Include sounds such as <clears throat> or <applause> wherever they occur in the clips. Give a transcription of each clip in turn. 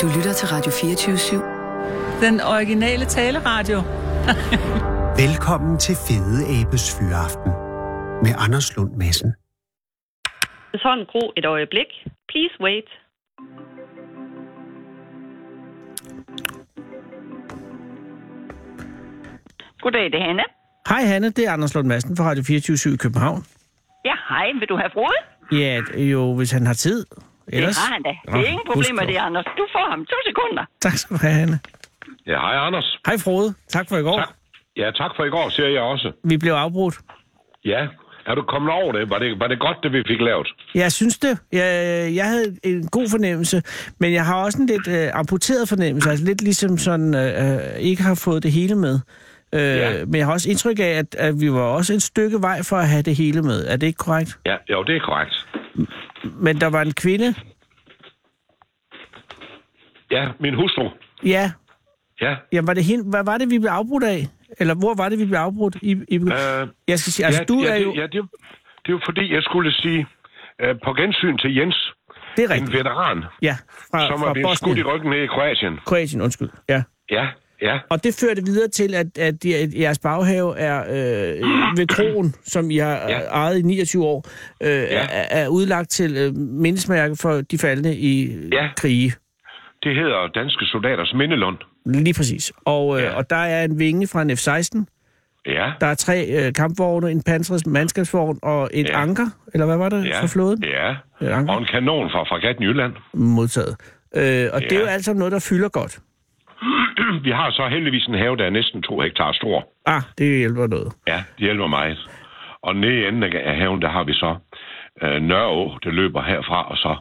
Du lytter til Radio 24 Den originale taleradio. Velkommen til Fede Abes Fyraften med Anders Lund Madsen. Hans hånd gro et øjeblik. Please wait. Goddag, det er Hanna. Hej Hanne, det er Anders Lund Madsen fra Radio 24 i København. Ja, hej. Vil du have frode? Ja, jo, hvis han har tid. Ellers... Det har han da. Nå, Ah, Det er ingen problemer, husk på. det, Anders. Du får ham to sekunder. Tak skal du have, Hanne. Ja, hej Anders. Hej Frode, tak for i går. Tak. Ja, tak for i går, siger jeg også. Vi blev afbrudt. Ja, er du kommet over det? Var det, var det godt, det vi fik lavet? Jeg synes det. Jeg, jeg havde en god fornemmelse, men jeg har også en lidt øh, amputeret fornemmelse. Altså lidt ligesom sådan, øh, øh, ikke har fået det hele med. Øh, Ja. Men jeg har også indtryk af, at, at vi var også et stykke vej for at have det hele med. Er det ikke korrekt? Ja, jo, det er korrekt. Men der var en kvinde. Ja, min hustru. Ja, Ja, ja var det hende? hvad var det, vi blev afbrudt af? Eller hvor var det, vi blev afbrudt? I, i... Øh, jeg skal sige, altså ja, du ja, er det, jo... Ja, det, det er jo fordi, jeg skulle sige øh, på gensyn til Jens, Det er en rigtigt. veteran, Ja, fra, som fra er blevet skudt i Bosnien. ryggen ned i Kroatien. Kroatien, undskyld. Ja. Ja, ja. Og det førte videre til, at, at je- jeres baghave er øh, ved krogen, som I har ja. Ja. ejet i 29 år, øh, ja. er, er udlagt til øh, mindesmærke for de faldende i ja. Ja. krige. Det hedder Danske Soldaters Mindelund. Lige præcis. Og, øh, ja. Ja. og der er en vinge fra en F-16, Ja. der er tre øh, kampvogne, en pansret mandskabsvogn og et ja. Ja. anker, eller hvad var det, ja. ja. fra flåden? Ja. Ja, anker. Og en kanon fra Fregatten Jylland. <clears throat> Modtaget. Øh, og ja. det er jo Ja. alt sammen noget, der fylder godt. Vi har så heldigvis en have, der er næsten to hektar stor. Ah, det hjælper noget. Ja, det hjælper meget. Og nede i enden af haven, der har vi så øh, Nørreå, der løber herfra og så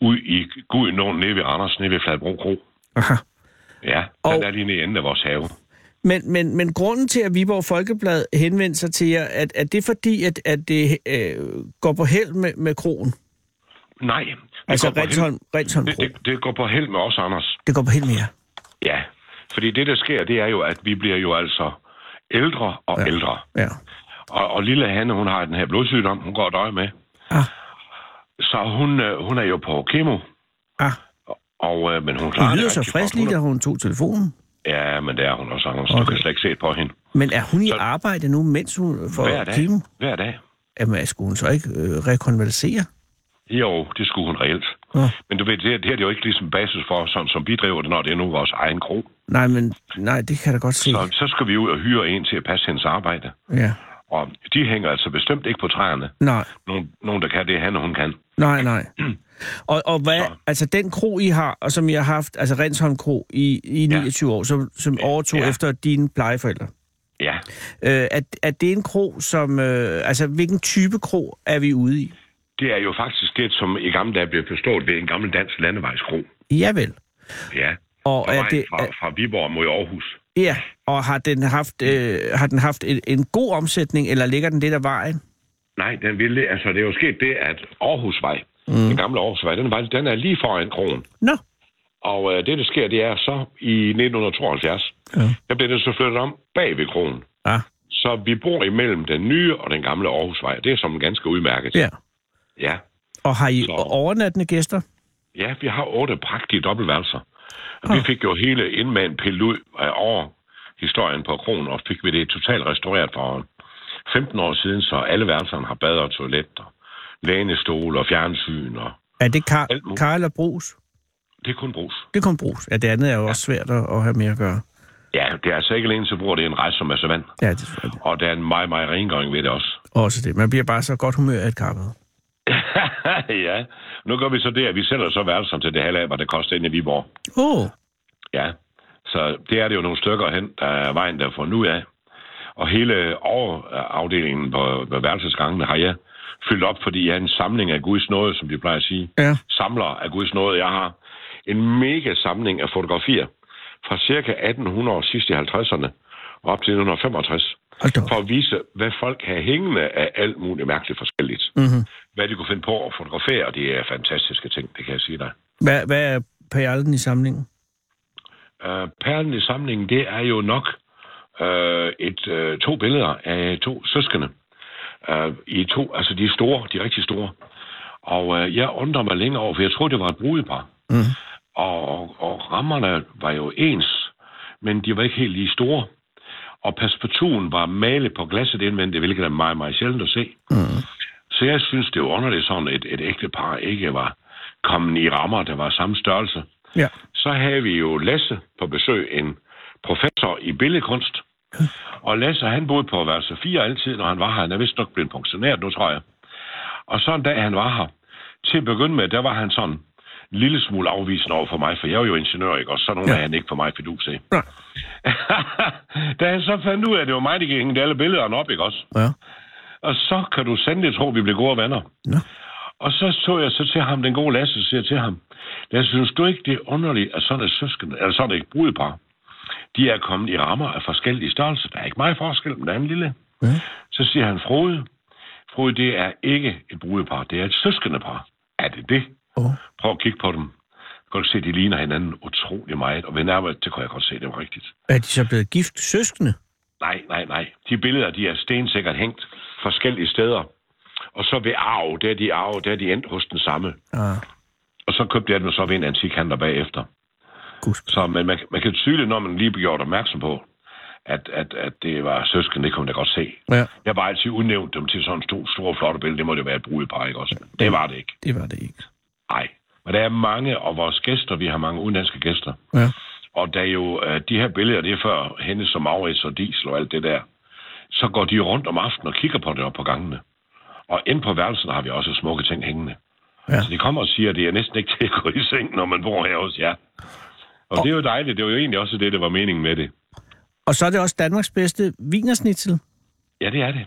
ud i Gudenåen nede ved Anders, nede ved Fladbro Kro. Aha. Ja, Og- og... den er lige nede i enden af vores have. Men, men, men grunden til, at Viborg Folkeblad henvendte sig til jer, at, at det er fordi, at, at det øh, går på held med, med kronen? Nej, det, Altså går på hel- Rensholm, Rensholm det, Kro. Det, det, det går på held med os, Anders. går på held med jer. Ja, fordi det, der sker, det er jo, at vi bliver jo altså ældre og ja. ældre. Ja. Og, og lille Hanne, hun har den her blodsygdom, hun går og døjer med. Ah, Så hun, øh, hun er jo på kemo, ah. og, øh, men hun klarer Hun lyder så rigtig frisk godt. lige, Hun da hun tog telefonen. er- Ja, men det er hun også, Anders. Okay. Du Okay. kan slet ikke se på hende. Men er hun i Så- arbejde nu, mens hun Hver får dag. kemo? Hver dag. Jamen, skulle hun så ikke øh, rekonvalesere? Jo, det skulle hun reelt. Nå. Men du ved, det, her- det her er jo ikke ligesom basis for, sådan som vi driver det, når det er nu vores egen kro. Nej, men nej, det kan jeg da godt se. Så, så skal vi ud og hyre en til at passe hendes arbejde. Ja. Og de hænger altså bestemt ikke på træerne. Nej, Nogen, nogen der kan det, han og hun kan. nej, <clears throat> nej. Og, og hvad, altså den kro, I har, og som I har haft, altså Rensholm Kro i, i Ja. 29 år, som, som overtog Ja. efter dine plejeforældre. Ja. Øh, at, at det er en krog, som... Øh, altså, hvilken type krog er vi ude i? Det er jo faktisk det, som i gamle dage blev forstået ved en gammel dansk landevejskro. Ja vel. Ja. Og På er vejen det- fra, er- fra Viborg mod Aarhus. Ja, og har den haft, øh, har den haft en, en god omsætning, eller ligger den lidt af vejen? Nej, den ville, altså det er jo sket det, at Aarhusvej, mm. den gamle Aarhusvej, den, vej, den er lige foran kronen. Nå, Og øh, det, der sker, det er så i 1972, Ja. ja. der bliver det så flyttet om bag ved kronen. ah, Så vi bor imellem den nye og den gamle Aarhusvej. Det er som ganske udmærket. ja. ja. Og har I Så- overnattende gæster? Ja, vi har otte prægtige dobbeltværelser. Og vi fik jo hele indmagen pillet ud af over historien på kronen, og fik vi det totalt restaureret for 15 år siden, så alle værelserne har bad og toilet, og lænestol og fjernsyn, og Er det kar, Alt muligt. kar eller brus? det er kun bruges. Det er kun brus. Ja, det andet er jo også svært at, at have mere at gøre. Ja, det er altså ikke alene, så bruger det er en rest, som er så vand. Ja, det er svært. Og der er en meget, meget rengøring ved det også. Også det. Man bliver bare så godt humør af et karpet. <laughs> ja, nu gør vi så det, at vi sælger så værelserne til det halve af, hvad det koster inde i Viborg. Åh, oh, Ja, så det er det jo nogle stykker hen, der er vejen der fra nu af. Og hele overafdelingen på, på værelsesgangene har jeg fyldt op, fordi jeg er en samling af Guds nåde, som de plejer at sige. ja. Samler af Guds nåde. Jeg har en mega samling af fotografier fra ca. 1800 sidst i 50'erne og op til 1965 Hold da op. for at vise, hvad folk har hængende af alt muligt mærkeligt forskelligt. Mhm. Hvad de kunne finde på at fotografere, og det er fantastiske ting, det kan jeg sige dig. Hvad, hvad er perlen i samlingen? Øh, perlen i samlingen, det er jo nok øh, et øh, to billeder af to søskende. Øh, I to, altså de er store, de er rigtig store. Og øh, jeg undrer mig længe over, for jeg tror det var et brudepar. Mm. og, og rammerne var jo ens, men de var ikke helt lige store. Og passepartouten var malet på glasset indvendigt, hvilket er meget, meget sjældent at se. Mm. Så jeg synes, det var underligt sådan, et, et ægte par ikke var kommet i rammer, der var samme størrelse. Ja. Så havde vi jo Lasse på besøg, en professor i billedkunst. Og Lasse, han boede på værelse 4 altid, når han var her. Han er vist nok blevet pensioneret nu, tror jeg. Og så en dag, han var her, til at begynde med, der var han sådan en lille smule afvisende over for mig, for jeg er jo ingeniør, ikke? Og så nogen ja. er han ikke for mig fidus til. Nej. <laughs> da han så fandt ud af, at det var mig, der gik hænge alle billederne op, ikke også? Ja. Og så kan du sandelig tro, at vi blev gode venner. Nå. Og så så jeg så til ham, den gode Lasse, siger jeg til ham, Lasse, synes du ikke, det er underligt, at sådan et søskende, eller sådan et brudepar, de er kommet i rammer af forskellige størrelser. Der er ikke meget forskel, men der er en lille. Ja. Så siger han, Frode, Frode, det er ikke et brudepar, det er et søskendepar. Er det det? Åh. Prøv at kigge på dem. Jeg kan godt se, de ligner hinanden utrolig meget, og ved nærmere, det kunne jeg godt se, det var rigtigt. Er de så blevet gift søskende? Nej, nej, nej. De billeder, de er stensikkert hængt forskellige steder. Og så ved arv, der er de arv, der er de endt hos den samme. Ah, Og så købte jeg dem så ved en antikhandler bagefter. gud. Så man, man, man kan tydeligt, når man lige bliver gjort opmærksom på, at, at, at det var søskende, det kunne man da godt se. Ja, Jeg var altid udnævnt dem til sådan to store, flotte billeder. Det må det være et brudepar, ikke også? Det var det ikke. det var det ikke. Nej. Men der er mange, og vores gæster, vi har mange udenlandske gæster. Ja. Og der er jo øh, de her billeder, det er før Hennes og Maurits og Diesel og alt det der. Så går de rundt om aftenen og kigger på det op på gangene. Og ind på værelsen har vi også smukke ting hængende. Ja. Ja. Så de kommer og siger, at det er næsten ikke til at gå i seng, når man bor her hos jer. Og, og det er jo dejligt. Det var jo egentlig også det, der var meningen med det. Og så er det også Danmarks bedste vinersnitzel. Ja, det er det.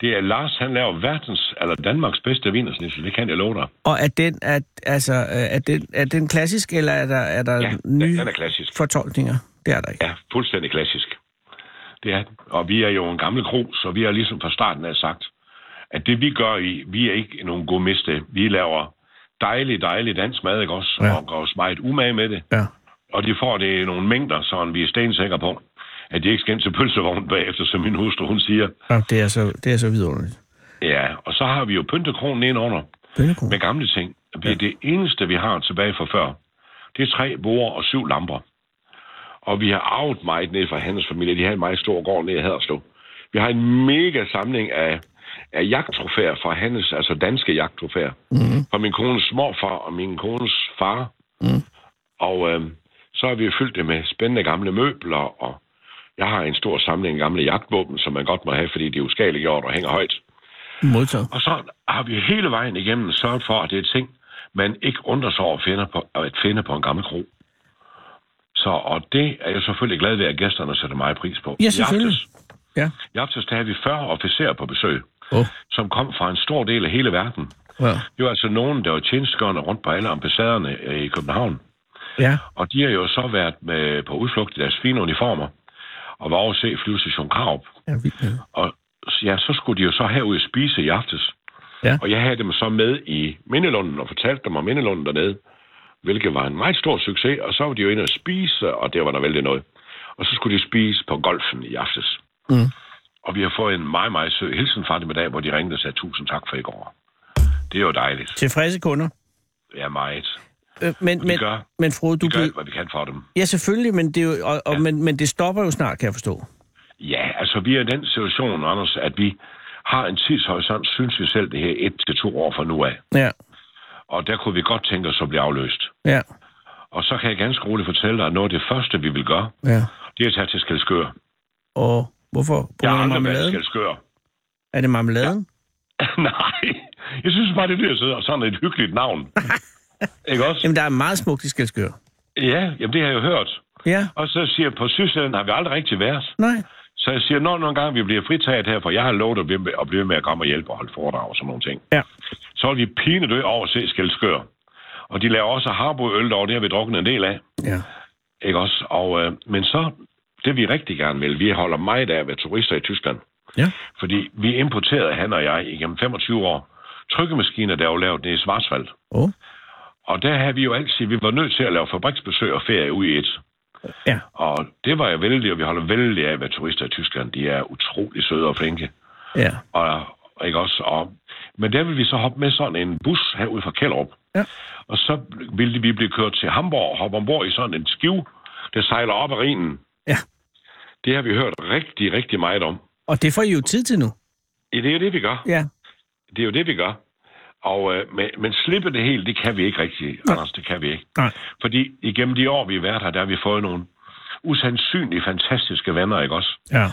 Det er Lars, han laver verdens, eller Danmarks bedste vinersnitsel. Det kan jeg love dig. Og er den, er, altså, er den, er den klassisk, eller er der, er der Ja, den- nye den er klassisk. fortolkninger? Det er der ikke. Ja, fuldstændig klassisk. Det er den. Og vi er jo en gammel kro, så vi har ligesom fra starten af sagt, at det vi gør i, vi er ikke nogen gourmiste. Vi laver dejlig, dejlig dansk mad, ikke også? Ja. Ja. Og gør os meget umage med det. Ja. Og de får det i nogle mængder, så vi er stensikre på, at de ikke skal ind til pølsevognen bagefter, som min hustru, hun siger. ja. Det, er så, det er så vidunderligt. Ja, og så har vi jo pyntekronen ind under Bønnekron. med gamle ting. Vi er det eneste, vi har tilbage fra før. Det er tre borer og syv lamper. Og vi har arvet meget ned fra hendes familie. De havde en meget stor gård nede i Haderslev. Vi har en mega samling af, af jagttrofæer fra hendes, altså danske jagttrofæer. Mm. Fra min kones morfar og min kones far. Mm. Og øh, så har vi jo fyldt det med spændende gamle møbler, og jeg har en stor samling af gamle jagtvåben, som man godt må have, fordi de er uskadeliggjort og hænger højt. Modtaget. Og så har vi hele vejen igennem sørget for, at det er ting, man ikke undrer sig over at finde på, at finde på en gammel kro. Så, og det er jeg selvfølgelig glad ved, at gæsterne sætter meget pris på. Ja, selvfølgelig. I aftes, Ja. i aftes der havde vi 40 officerer på besøg, Åh, som kom fra en stor del af hele verden. ja. Det var altså nogen, der var tjenestegørende rundt på alle ambassaderne øh, i København. ja. Og de har jo så været med på udflugt i deres fine uniformer og var over at se flyvestation Karup. Ja, vildt med. Og ja, så skulle de jo så herud og spise i aftes. Ja. Og jeg havde dem så med i Mindelunden og fortalte dem om Mindelunden dernede, hvilket var en meget stor succes. Og så var de jo inde og spise, og det var der vældig noget. Og så skulle de spise på golfen i aftes. Mm. Og vi har fået en meget, meget sød hilsen fra dem i dag, hvor de ringede og sagde tusind tak for i går. Det er jo dejligt. Tilfredse kunder. Ja, meget. Øh, men, Vi men, gør- men Frode, Vi du gør alt, blev... hvad vi kan for dem. Ja, selvfølgelig, men det, er jo, og, og, ja. men, men det stopper jo snart, kan jeg forstå. Ja, altså vi er i den situation, Anders, at vi har en tidshorisont, synes vi selv, det her et til to år fra nu af. Ja, Og der kunne vi godt tænke os at blive afløst. ja, Og så kan jeg ganske roligt fortælle dig, at noget af det første, vi vil gøre, ja. det er at tage til Skelskør. Og hvorfor? På Jeg har grund af aldrig været i marmeladen? Skelskør. Er det marmeladen? <laughs> Nej, jeg synes bare, det lyder sådan- sådan et hyggeligt navn. Ikke også? Jamen, der er meget smukt i Skelskør. Ja, jamen det har jeg jo hørt. Ja, Og så siger jeg, på Sydsjælland har vi aldrig rigtig været. nej. Så jeg siger, når nogle gange vi bliver fritaget her, for jeg har lovet at blive med, at blive med at komme og hjælpe og holde foredrag og sådan nogle ting. Ja. Så vil vi pinedø over at se Skelskør. Og de laver også harboøl derovre, det har vi drukket en del af. Ja. Ikke også? Og, øh, men så, det vi rigtig gerne vil, vi holder meget af at være turister i Tyskland. Ja. Fordi vi importerede, han og jeg, igennem 25 år, trykkemaskiner, der er jo lavet nede i Schwarzwald. Åh, Og der havde vi jo altid, vi var nødt til at lave fabriksbesøg og ferie ud i et. ja. Og det var jeg vældig, og vi holder vældig af, hvad turister i Tyskland, de er utrolig søde og flinke. Ja. Og, ikke også? Og, men der vil vi så hoppe med sådan en bus herude fra Kjellerup, Ja. Og så ville vi blive kørt til Hamburg og hoppe ombord i sådan en skiv, der sejler op ad Rhinen. Ja. Det har vi hørt rigtig, rigtig meget om. Og det får I jo tid til nu. Ja, Det er jo det, vi gør. Ja. Det er jo det, vi gør. Og, øh, men, men slippe det helt, det kan vi ikke rigtig, Nej. Anders, det kan vi ikke. Nej. Fordi igennem de år, vi har været her, der har vi fået nogle usandsynligt fantastiske venner, ikke også? Ja.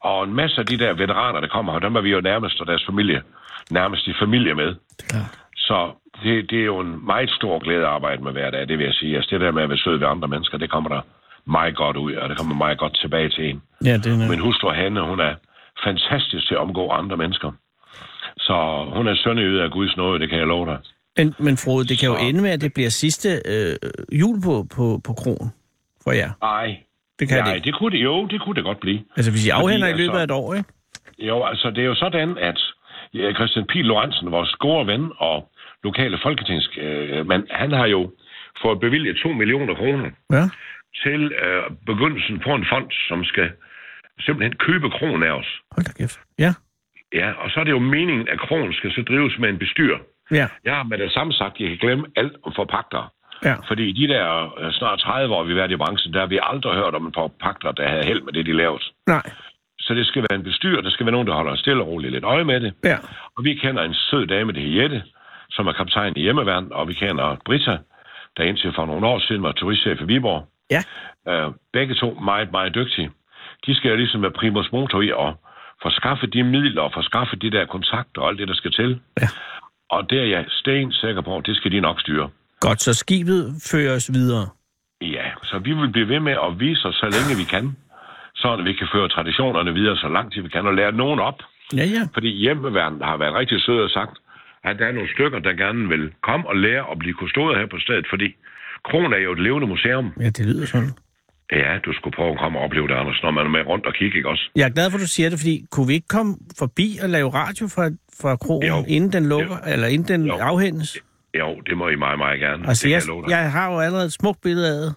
Og en masse af de der veteraner, der kommer her, dem er vi jo nærmest, og deres familie, nærmest i familie med. Det er klart. Så det, det er jo en meget stor glæde at arbejde med hver dag, det vil jeg sige. Altså det der med at være sød ved andre mennesker, det kommer der meget godt ud, og det kommer meget godt tilbage til en. Ja, det er Min hustru Hanne, hun er fantastisk til at omgå andre mennesker. Så hun er sønderjyde af Guds nåde, det kan jeg love dig. Men, men Frode, det kan jo Så- ende med, at det bliver sidste øh, jul på, på, på kronen for jer. Ej, Det kan nej, det det, ikke. det kunne det, jo, det kunne det godt blive. Altså, hvis I afhænder i altså- løbet af et år, ikke? Jo, altså det er jo sådan, at ja, Christian P. Lorentzen, vores gode ven og lokale folketingsmand, han har jo fået bevilget 2 millioner kroner Ja. til øh, begyndelsen på en fond, som skal simpelthen købe kronen af os. Hold da kæft. Ja. Ja, og så er det jo meningen, at kronen skal så drives med en bestyr. Ja. Jeg har med det samme sagt, at jeg kan glemme alt om forpagter. Ja. Fordi i de der øh, snart 30 år, vi har været i branchen, der har vi aldrig hørt om en forpagter, der havde held med det, de lavede. Nej. Så det skal være en bestyr, der skal være nogen, der holder stille og roligt lidt øje med det. Ja. Og vi kender en sød dame, det hedder Jette, som er kaptajn i hjemmeværn, og vi kender Britta, der indtil for nogle år siden var turistchef i Viborg. Ja. Øh, begge to meget, meget dygtige. De skal jo ligesom være primus motor i at få skaffet de midler og få skaffet de der kontakter og alt det, der skal til. Ja. Og det er jeg sten sikker på, det skal de nok styre. Godt, så skibet føres videre. Ja, så vi vil blive ved med at vise os, så længe vi kan, så vi kan føre traditionerne videre så langt, vi kan, og lære nogen op. Ja, ja. Fordi hjemmeværnet har været rigtig søde og sagt, at der er nogle stykker, der gerne vil komme og lære at blive kustoder her på stedet, fordi Kronen er jo et levende museum. Ja, det lyder sådan. Ja, du skulle prøve at komme og opleve det, Anders, når man er med rundt og kigge, ikke også? Jeg er glad for, at du siger det, fordi kunne vi ikke komme forbi og lave radio fra, fra krogen, Jo. inden den lukker, Jo. eller inden den Jo. afhændes? Jo, det må I meget, meget gerne. Altså, det jeg, kan jeg love dig. jeg har jo allerede et smukt billede af det,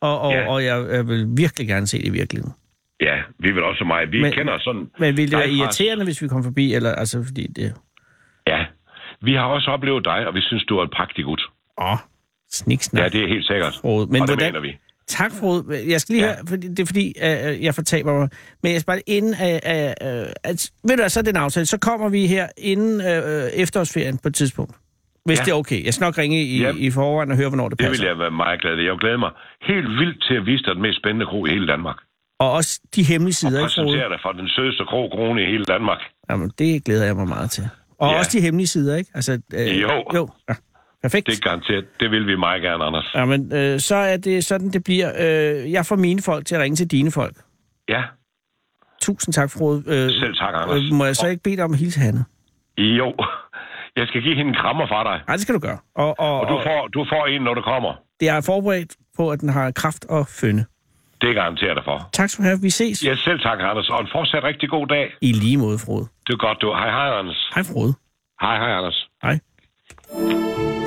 og, og, Ja. og jeg, jeg vil virkelig gerne se det i virkeligheden. Ja, vi vil også meget. Vi Men- men, kender sådan... Men ville det være dig fra- irriterende, hvis vi kom forbi, eller altså, fordi det... Ja, vi har også oplevet dig, og vi synes, du er et prægtig gut. Åh, sniksnak. Ja, det er helt sikkert. Frode. Men og det hvordan- mener vi. Tak, Frode. Jeg skal lige ja. Ja. høre, fordi, det er fordi, øh, jeg fortaber mig. Men jeg skal bare inden... Øh, øh, øh, at, ved du hvad, så er det en aftale. Så kommer vi her inden øh, øh, efterårsferien på et tidspunkt. Hvis ja. Ja. det er okay. Jeg skal nok ringe i, Ja. i forvejen og høre, hvornår det Det passer. vil jeg være meget glad for. Jeg glæder mig helt vildt til at vise dig den mest spændende kro i hele Danmark. Og også de hemmelige Og sider, ikke, Frode? præsentere dig for den sødeste kro krone i hele Danmark. Jamen, det glæder jeg mig meget til. Og ja. Ja. også de hemmelige sider, ikke? Altså, øh, Jo. jo. Ja. Perfekt. Det er garanteret. Det vil vi meget gerne, Anders. Jamen, øh, så er det sådan, det bliver. Øh, jeg får mine folk til at ringe til dine folk. Ja, Tusind tak, Frode. Øh, selv tak, Anders. Øh, må jeg så ikke bede dig om at hilse Hanne? Jo, jeg skal give hende en krammer fra dig. Nej, det skal du gøre. Og, og, Og du får, du får en, når du kommer. det er forberedt på, at den har kraft og fønde. Det garanterer jeg dig for. Tak skal du have. Vi ses. Ja, selv tak, Anders. Og en fortsat rigtig god dag. I lige måde, Frode. Det er godt, du. Hej, hej, Anders. Hej, Frode. Hej, hej, Anders. Hej.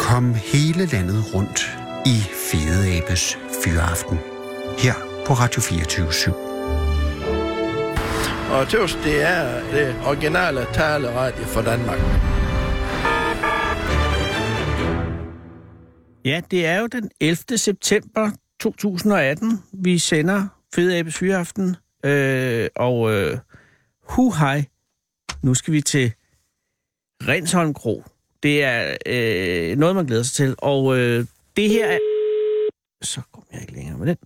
Kom hele landet rundt i Fede Abes Fyraften. Her på Radio 24 /7. Og tøs, det er det originale taleradio for Danmark. Ja, det er jo den 11. september 2018, vi sender Fede Abes Fyraften. Øh, og øh, hu hej, nu skal vi til Rensholm Kro. Det er øh, noget, man glæder sig til. Og øh, det her er... Så kommer jeg ikke længere med den.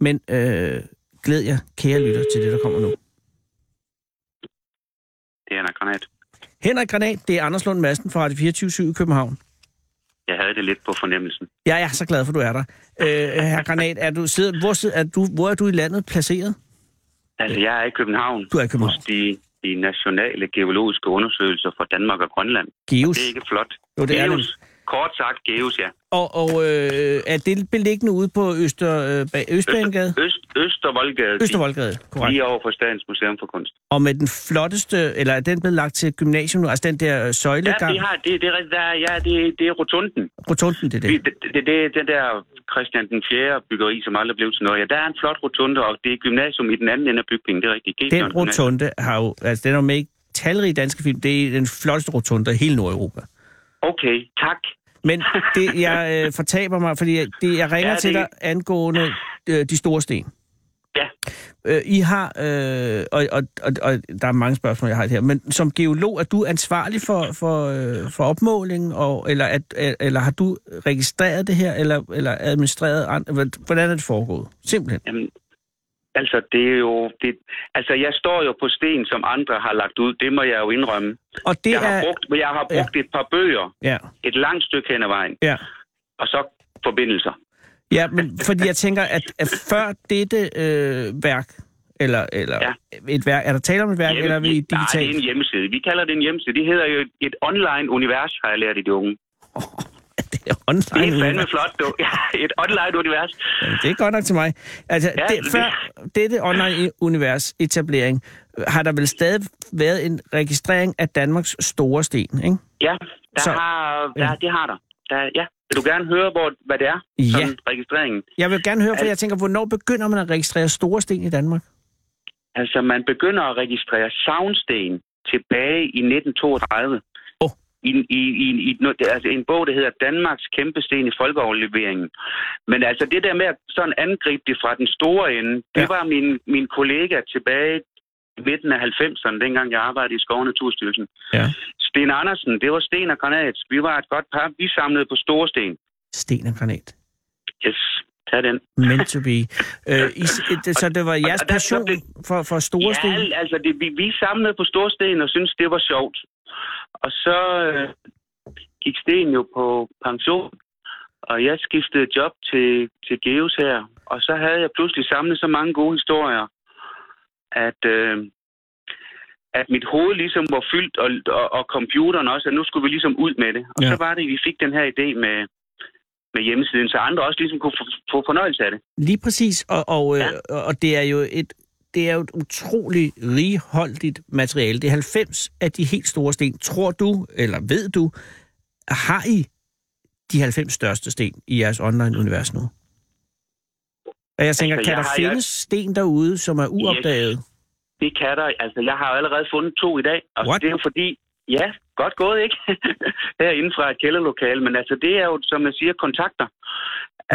Men øh, glæd jer, kære lytter, til det, der kommer nu. Det er en granat. Henrik Granat, det er Anders Lund Madsen fra Radio 24 i København. Jeg havde det lidt på fornemmelsen. Jeg er så glad for, at du er der. Øh, herre Granat, er du, sidder, hvor, sidder, er du, hvor er du i landet placeret? Altså, jeg er i København. Du er i København. Hos de, de nationale geologiske undersøgelser fra Danmark og Grønland. Geus. Det er ikke flot. Jo, det er Geus. Kort sagt, Geus, ja. Og, og øh, er det beliggende ude på Øster, øh, Ba- Østbanegade? Øst, Østervoldgade. Østervoldgade, korrekt. øh, Lige over for Statens Museum for Kunst. Og med den flotteste, eller er den blevet lagt til gymnasium nu? Altså den der øh, Ja, søjlegang? det, har, det, det, er rigtigt. der, er- ja, det, det er rotunden. Rotunden, det er Vi- det. Det, det, det, er den der Christian den 4. byggeri, som aldrig blev til noget. Ja, der er en flot rotunde, og det er gymnasium i den anden ende af bygningen. Det er rigtigt. Gefion Den Gymnasium. rotunde har jo, altså den er jo med i talrige danske film. Det er den flotteste rotunde i hele Nordeuropa. Okay, tak. Men det, jeg øh, fortaber mig, fordi jeg, det, jeg ringer ja, Ja, det... til det- dig angående øh, de store sten. Ja. Øh, I har, øh, og, og, og, og der er mange spørgsmål, jeg har i det her, men som geolog, er du ansvarlig for, for, øh, for opmåling, og, eller, at, eller har du registreret det her, eller, eller administreret, an- hvordan er det foregået? Simpelthen. Jamen, altså, det er jo... Det, altså, jeg står jo på sten, som andre har lagt ud. Det må jeg jo indrømme. Og det jeg, har er... brugt, jeg har brugt et par bøger, Ja, et langt stykke hen ad vejen, ja. og så forbindelser. Ja, men fordi jeg tænker, at, at før dette øh, værk, eller, eller ja. Ja. et værk, er der tale om et værk, eller er vi Nej, det er digitalt? en hjemmeside. Vi kalder det en hjemmeside. Det hedder jo et, et online-univers, har jeg lært i de unge. <laughs> det er Det er online. fandme flot, du. <laughs> Ja, et online-univers. Øh, det er godt nok til mig. Altså, ja, Ja, det, før dette online-univers etablering, øh, har der vel stadig været en registrering af Danmarks store sten, ikke? Ja, der Så- så, har, der, ja. ja. det har der. der. Ja. Vil du gerne høre, hvor, hvad det er? Ja. Sådan registreringen. Jeg vil gerne høre, for jeg tænker, hvornår begynder man at registrere store sten i Danmark? Altså, man begynder at registrere savnsten tilbage i 1932. Åh. I, i, i, i no- altså en bog, der hedder Danmarks kæmpe sten i folkeoverleveringen. Men altså det der med at sådan angribe det fra den store ende, det Ja. ja. var min, min kollega tilbage i midten af 90'erne, dengang jeg arbejdede i Skov og Naturstyrelsen. Ja. Sten Andersen, det var sten og granat. Vi var et godt par. Vi samlede på store sten. Sten og granat. Yes, tag den. Meant to be. Øh, I, det, så det var jeres og der- passion for, for store sten? Ja, al- altså det, vi, vi samlede på Storsten og syntes, det var sjovt. Og så øh, gik Sten jo på pension, og jeg skiftede job til, til Geos her. Og så havde jeg pludselig samlet så mange gode historier, at, øh, at mit hoved ligesom var fyldt, og, og, og computeren også, at nu skulle vi ligesom ud med det. Og Ja. ja. så var det, vi fik den her idé med, med hjemmesiden, så andre også ligesom kunne få, få fornøjelse af det. Lige præcis, og, og, ja. Ja. øh, og- og det er jo et det er jo et utrolig righoldigt materiale. Det er 90 af de helt store sten. Tror du, eller ved du, har I de 90 største sten i jeres online-univers nu? Og jeg tænker, altså, jeg kan der har- findes jeg... sten derude, som er uopdaget? Det kan der. Altså, jeg har jo allerede fundet to i dag. Og What? det er jo fordi, ja, godt gået, ikke? <laughs> Herinde fra et kælderlokale. Men altså, det er jo, som jeg siger, kontakter.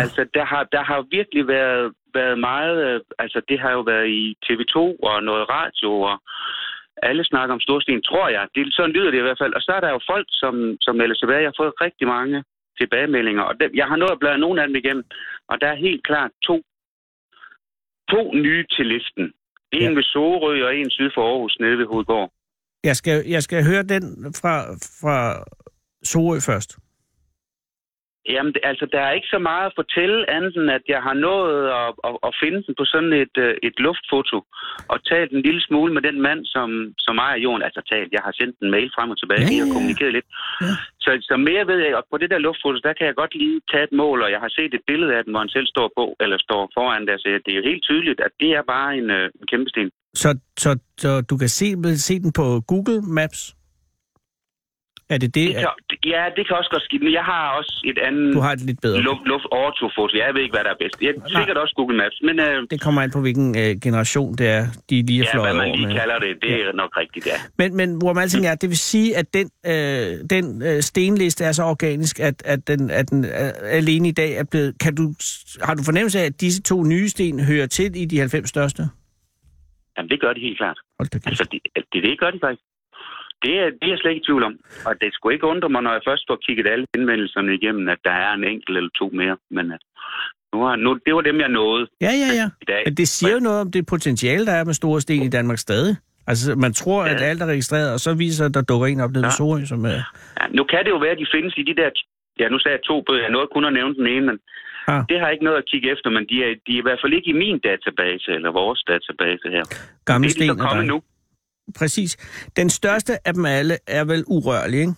Altså, der har, der har virkelig været, været meget... Øh, altså, det har jo været i TV2 og noget radio og... Alle snakker om storsten, tror jeg. Det, sådan lyder det i hvert fald. Og så er der jo folk, som, som melder tilbage. Jeg har fået rigtig mange tilbagemeldinger. Og dem, jeg har nået at bladre nogle af dem igennem. Og der er helt klart to, to nye til listen. En Ja. ja. ved Sorø og en syd for Aarhus, nede ved Hovedgård. Jeg skal, jeg skal høre den fra, fra Sorø først. Jamen, det- altså, der er ikke så meget at fortælle, andet end at jeg har nået at, at, at finde den på sådan et, øh, et luftfoto, og talt en lille smule med den mand, som, som ejer jorden. Altså talt, jeg har sendt en mail frem og tilbage, Ja, vi har ja, ja. kommunikeret lidt. Ja. Så, så mere ved jeg, ikke. og på det der luftfoto, der kan jeg godt lige tage et mål, og jeg har set et billede af den, hvor han selv står på, eller står foran der, så det er jo helt tydeligt, at det er bare en, øh, en kæmpe sten. Så, så, så du kan se, se den på Google Maps? Er det det? Det kan, ja, det kan også godt ske, men jeg har også et andet... Du har et lidt bedre. Luft, luft ortofoto. Jeg ved ikke, hvad der er bedst. Jeg Nej. sikkert også Google Maps, men øh, Det kommer an på, hvilken øh, generation det er, de lige er ja, fløjet hvad man over lige med. kalder det, det er nok rigtigt, ja. Men, men hvor man alting er, det vil sige, at den, øh, den øh, stenliste er så organisk, at, at den, at den øh, alene i dag er blevet... Kan du, har du fornemmelse af, at disse to nye sten hører til i de 90 største? Jamen, det gør de helt klart. Hold da kæft. Altså, det, det, det gør de faktisk. Det er, det er jeg slet ikke i tvivl om. Og det skulle ikke undre mig, når jeg først får kigget alle indvendelserne igennem, at der er en enkelt eller to mere. Men at nu har, nu, det var dem, jeg nåede Ja, ja, ja. i dag. Men det siger jo noget om det potentiale, der er med store sten i Danmark stadig. Altså, man tror, at Ja. alt er registreret, og så viser at der dukker en op nede ved Ja. Sorø, som er... Ja, nu kan det jo være, at de findes i de der... Ja, nu sagde jeg to bøger. Jeg nåede kun at nævne den ene, men Ah. ah. det har jeg ikke noget at kigge efter, men de er, de er i hvert fald ikke i min database, eller vores database her. Gamle det er de sten så af kommet dig. nu. Præcis. Den største af dem alle er vel urørlig, ikke?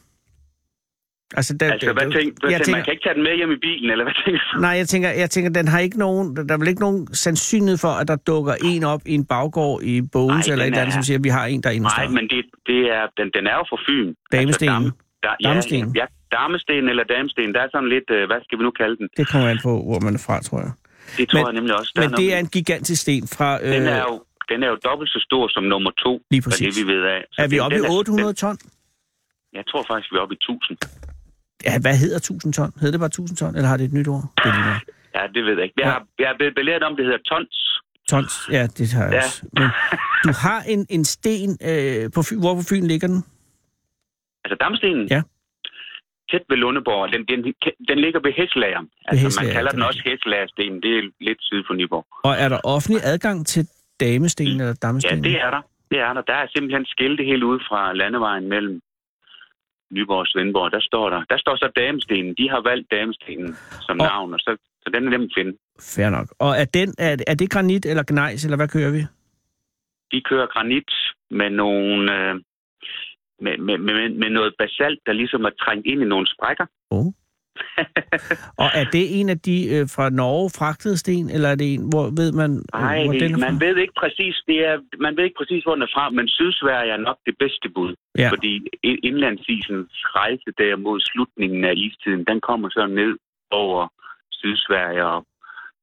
Altså, der, Altså, hvad tænk, hvad jeg tænk, tænker, man kan ikke tage den med hjem i bilen, eller hvad tænker du? Nej, jeg tænker, jeg tænker, den har ikke nogen, der er vel ikke nogen sandsynlighed for, at der dukker en op i en baggård i Bogens Nej, eller et den eller andet, er- som siger, at vi har en, der er endnu Nej, større. men det, det er, den, den er jo fra Fyn. Damestenen. Altså, der, ja, Damestenen. Ja, damesten eller damesten, der er sådan lidt, øh, hvad skal vi nu kalde den? Det kommer an på, hvor man er fra, tror jeg. Det tror Men- jeg nemlig også. Der Men det er noget- en gigantisk sten fra... Øh, den, er jo, den er jo dobbelt så stor som nummer to, Lige fra det præcis. vi ved af. Så er vi den- oppe i den 800 Den, ton? jeg tror faktisk, vi er oppe i 1000. ja, hvad hedder 1000 ton? Hedder det bare 1000 ton, eller har det et nyt ord? Det ligner. Ja, det ved jeg ikke. Jeg, Ja. har, jeg er blevet belært om, det hedder tons. Tons, ja, det har jeg Ja. også. Men du har en, en sten, øh, på Fyn, hvor på Fyn ligger den? Altså damstenen? Ja. Tæt ved Lundeborg. Den, den, den ligger ved Hæslager. Altså, Hesselager, man kalder det den er også Hæslagerstenen. Det er lidt syd for Nyborg. Og er der offentlig adgang til damestenen eller Mm. Ja, dammestenen? det er der. Det er der. Der er simpelthen skilte helt ude fra landevejen mellem Nyborg og Svendborg. Der står der. Der står så damestenen. De har valgt damestenen som Og- navn, og så, så den er nem at finde. Fair nok. Og er, den, er, er det granit eller gnejs, eller hvad kører vi? De kører granit med nogle... Øh, med, med, med, med noget basalt, der ligesom er trængt ind i nogle sprækker. Oh. og er det en af de øh, fra Norge fragtede sten, eller er det en, hvor ved man, øh, Nej, hvor den er fra? man ved ikke præcis, det er, man ved ikke præcis, hvor den er fra, men Sydsverige er nok det bedste bud, ja. ja. fordi i- indlandsisens rejse der mod slutningen af istiden, den kommer så ned over Sydsverige og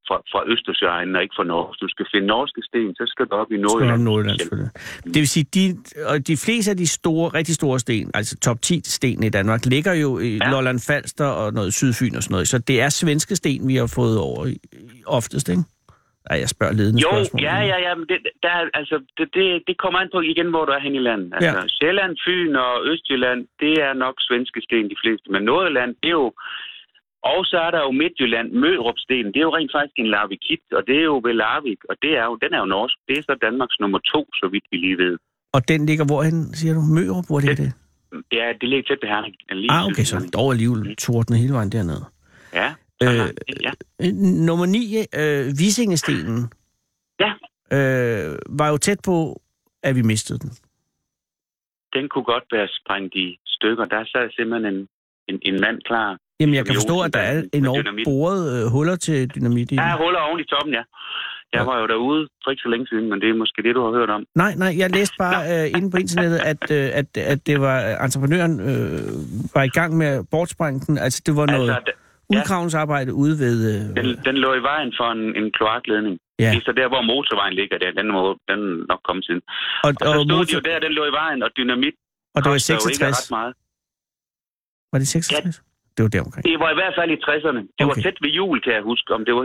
fra, fra Østersøen og ikke fra Norge. Hvis du skal finde norske sten, så skal du op i Nordjylland. Nordjylland. Nordjylland selvfølgelig. Mm. Det vil sige, de, og de fleste af de store, rigtig store sten, altså top 10 sten i Danmark, ligger jo i ja. Ja. Lolland Falster og noget Sydfyn og sådan noget. Så det er svenske sten, vi har fået over i, i- oftest, ikke? Ej, jeg spørger ledende Jo, spørgsmål. ja, ja, ja. Men det, der, er- altså, det, det, det kommer an på igen, hvor du er hen i landet. Altså, Ja. ja. Sjælland, Fyn og Østjylland, det er nok svenske sten de fleste. Men Nordjylland, det er jo... Og så er der jo Midtjylland, Mølrupstenen, det er jo rent faktisk en larvikit, og det er jo ved Larvik, og det er jo, den er jo norsk. Det er så Danmarks nummer to, så vidt vi lige ved. Og den ligger hvorhen, siger du? Mørup, hvor ligger det? Ja, det ligger tæt ved Herning. Lige Ah, okay, syd så for er den Herning. dog alligevel tordende hele vejen dernede. Ja, så Øh, langt, ja. Øh, Nummer 9, øh, Visingestenen, ja, øh, var jo tæt på, at vi mistede den. den kunne godt være sprængt i stykker. Der sad simpelthen en, en, en mand klar. Jamen, jeg kan Jo, forstå, at der den- er den- enormt dynamit. boret øh, huller til dynamit i. Der den. er huller oven i toppen, ja. Jeg Ja. var jo derude for ikke så længe siden, men det er måske det, du har hørt om. Nej, nej, jeg læste bare øh, inde på internettet, at, øh, at, at det var øh, entreprenøren øh, var i gang med at bortsprænge den. Altså, det var noget Altså, ja. udgravningsarbejde ude ved... Øh, den, den lå i vejen for en, en kloakledning. Ja. Ja. Det er så der, hvor motorvejen ligger der. Den må den er nok komme siden. og, Og, så stod de motor- jo der, den lå i vejen, og dynamit og det var i koster jo ikke 66. ret meget. Var det 66? Det var deromkring. Det var i hvert fald i 60'erne. Det var Okay. tæt ved jul, kan jeg huske. Om det var...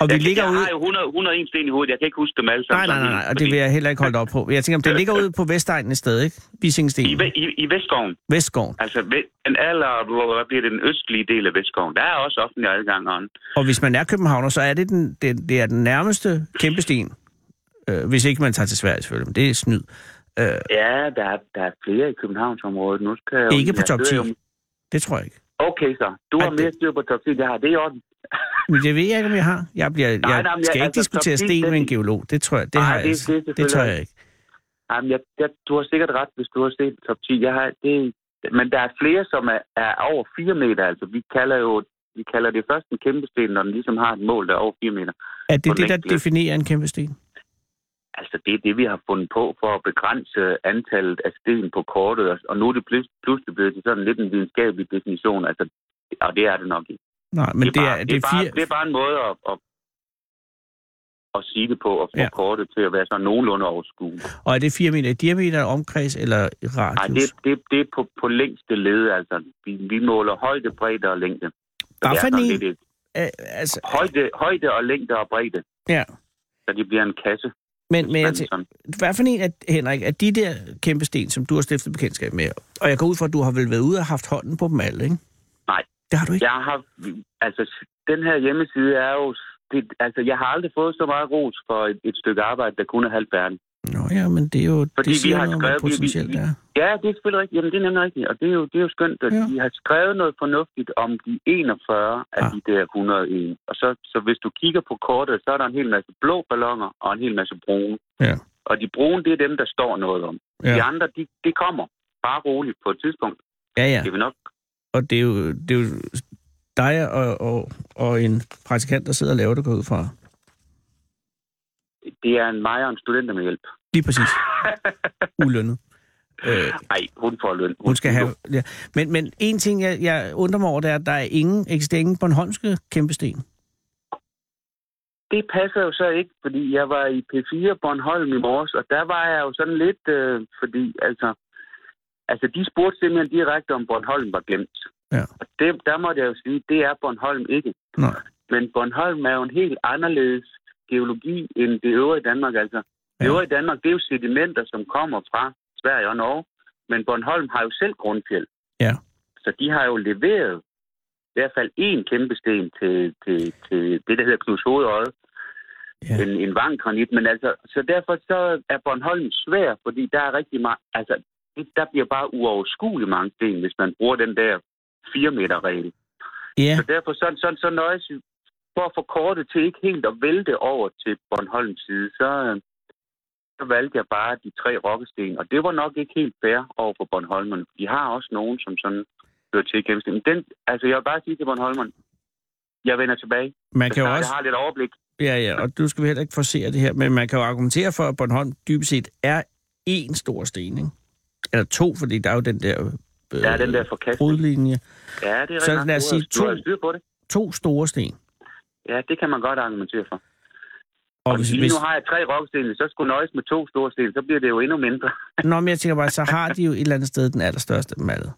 Og vi jeg, ligger jeg ude... har jo 100, 101 sten i hovedet. Jeg kan ikke huske dem alle Nej, sammen. nej, nej, nej, og det vil jeg heller ikke holde op på. Jeg tænker, om det ligger ude på Vestegnen et sted, ikke? I, Visingsten. Ve- i, I Vestskoven, Vestskoven. altså ve- den aller, hvor hvad bliver det, den østlige del af Vestskoven, der er også offentlig adgang. og- Og hvis man er københavner, så er det den, det, det er den nærmeste kæmpesten. Øh, hvis ikke man tager til Sverige, selvfølgelig. Men det er snyd. Ja, der er, der er flere i Københavnsområdet. Nu skal jeg jo- Ikke på jeg top hører 10. jo- Det tror jeg ikke. Okay, så. Du Ej, har det- mere styr på top 10, end jeg har. Det er i orden. Men det ved jeg ikke, om jeg har. Jeg, bliver, nej, nej, jeg men jeg- skal ikke altså, diskutere top ti, sten det- med en geolog. Det tror jeg, det Nej, har jeg det- altså. det er det, det tror selvfølgelig jeg ikke. Jamen, jeg, jeg, du har sikkert ret, hvis du har set top 10. Jeg har, det, men der er flere, som er, er over 4 meter. Altså, vi kalder jo vi kalder det først en kæmpe sten, når den ligesom har et mål, der er over 4 meter. Er det Hvor det, der længden er. definerer en kæmpe sten? Altså, det er det, vi har fundet på for at begrænse antallet af sten på kortet. Og- Og nu er det plut- pludselig blevet til sådan lidt en videnskabelig definition. Altså, og det er det nok ikke. Nej, men det er, bare, det er bare, fire... det er bare en måde at, at, at sige det på, og få Ja. ja. kortet til at være så nogenlunde overskueligt. Og er det fire meter i diameter, omkreds eller i Nej, radius? det, det, det er på, på længste led, altså. Vi, vi måler højde, bredde og længde. Så Bare det er for sådan en- lidt et- Øh, altså, Højde, højde og længde og bredde, ja. så det bliver en kasse. Men, men jeg sådan- tænker, sådan. hvad for en, at, Henrik, af de der kæmpe sten, som du har stiftet bekendtskab med, og jeg går ud fra, at du har vel været ude og haft hånden på dem alle, ikke? Nej. Det har du ikke? Jeg har... Altså, den her hjemmeside er jo... Det, altså, jeg har aldrig fået så meget ros for et, et stykke arbejde, der kun er halvt verden. Nå ja, men det er jo... Fordi det vi siger har noget om, skrevet... hvad potentielt vi, vi, er. ja, det er selvfølgelig rigtigt. Jamen, det er nemlig rigtigt. Og det er jo, det er jo skønt, at Ja. ja. de har skrevet noget fornuftigt om de 41 af Ja. de der 101. Og så, så hvis du kigger på kortet, så er der en hel masse blå ballonger og en hel masse brune. Ja. Og de brune, det er dem, der står noget om. Ja. Ja. De andre, de, det kommer. Bare roligt på et tidspunkt. Ja, ja. Ja. Det vil nok Og det er jo, det er jo dig og, og, og en praktikant, der sidder og laver det, går jeg ud fra. det er en mig og en studenter med hjælp. Lige <laughs> præcis. Ulønnet. Øh, Nej, hun får løn. hun skal have... Ja. Men, men en ting, jeg, jeg undrer mig over, det er, at der er ingen, eksisterer ingen Bornholmske kæmpesten. Det passer jo så ikke, fordi jeg var i P4 Bornholm i morges, og der var jeg jo sådan lidt, øh, fordi altså, altså de spurgte simpelthen direkte, om Bornholm var glemt. Ja. Og det, der måtte jeg jo sige, det er Bornholm ikke. Nej. Men Bornholm er jo en helt anderledes geologi end det øvrige Danmark, altså. Det Ja. øvrige Danmark, det er jo sedimenter, som kommer fra Sverige og Norge. Men Bornholm har jo selv grundfjeld. Ja. Så de har jo leveret i hvert fald én kæmpe sten til, til, til det, der hedder Knuds Hovedøje. Ja. Ja. En, en vanggranit. Men altså, så derfor så er Bornholm svær, fordi der er rigtig meget... Altså, det- der bliver bare uoverskuelig mange sten, hvis man bruger den der 4 meter regel. Ja, Så derfor så, så, så nøjes vi for at forkorte til ikke helt at vælte over til Bornholms side, så, øh, så valgte jeg bare de tre rokkesten. Og det var nok ikke helt fair over for Bornholmerne. De har også nogen, som sådan hører til gennemsnit. Men den, altså jeg vil bare sige til Bornholmerne, jeg vender tilbage. Altså, man kan jo jeg også... har lidt overblik. Ja, ja, og du skal vi heller ikke forsere det her, men man kan jo argumentere for, at Bornholm dybest set er én stor sten, ikke? Eller to, fordi der er jo den der... Øh, Der er den der forkastning. brudlinje. Ja, det er Så rigtig lad os sige du har to. styr på det. To store sten. Ja, det kan man godt argumentere for. Og Og hvis, lige hvis, nu har jeg tre rokkesten, så skulle nøjes med to store sten, så bliver det jo endnu mindre. Nå, men jeg tænker bare, så har de jo et eller andet sted den allerstørste af dem alle.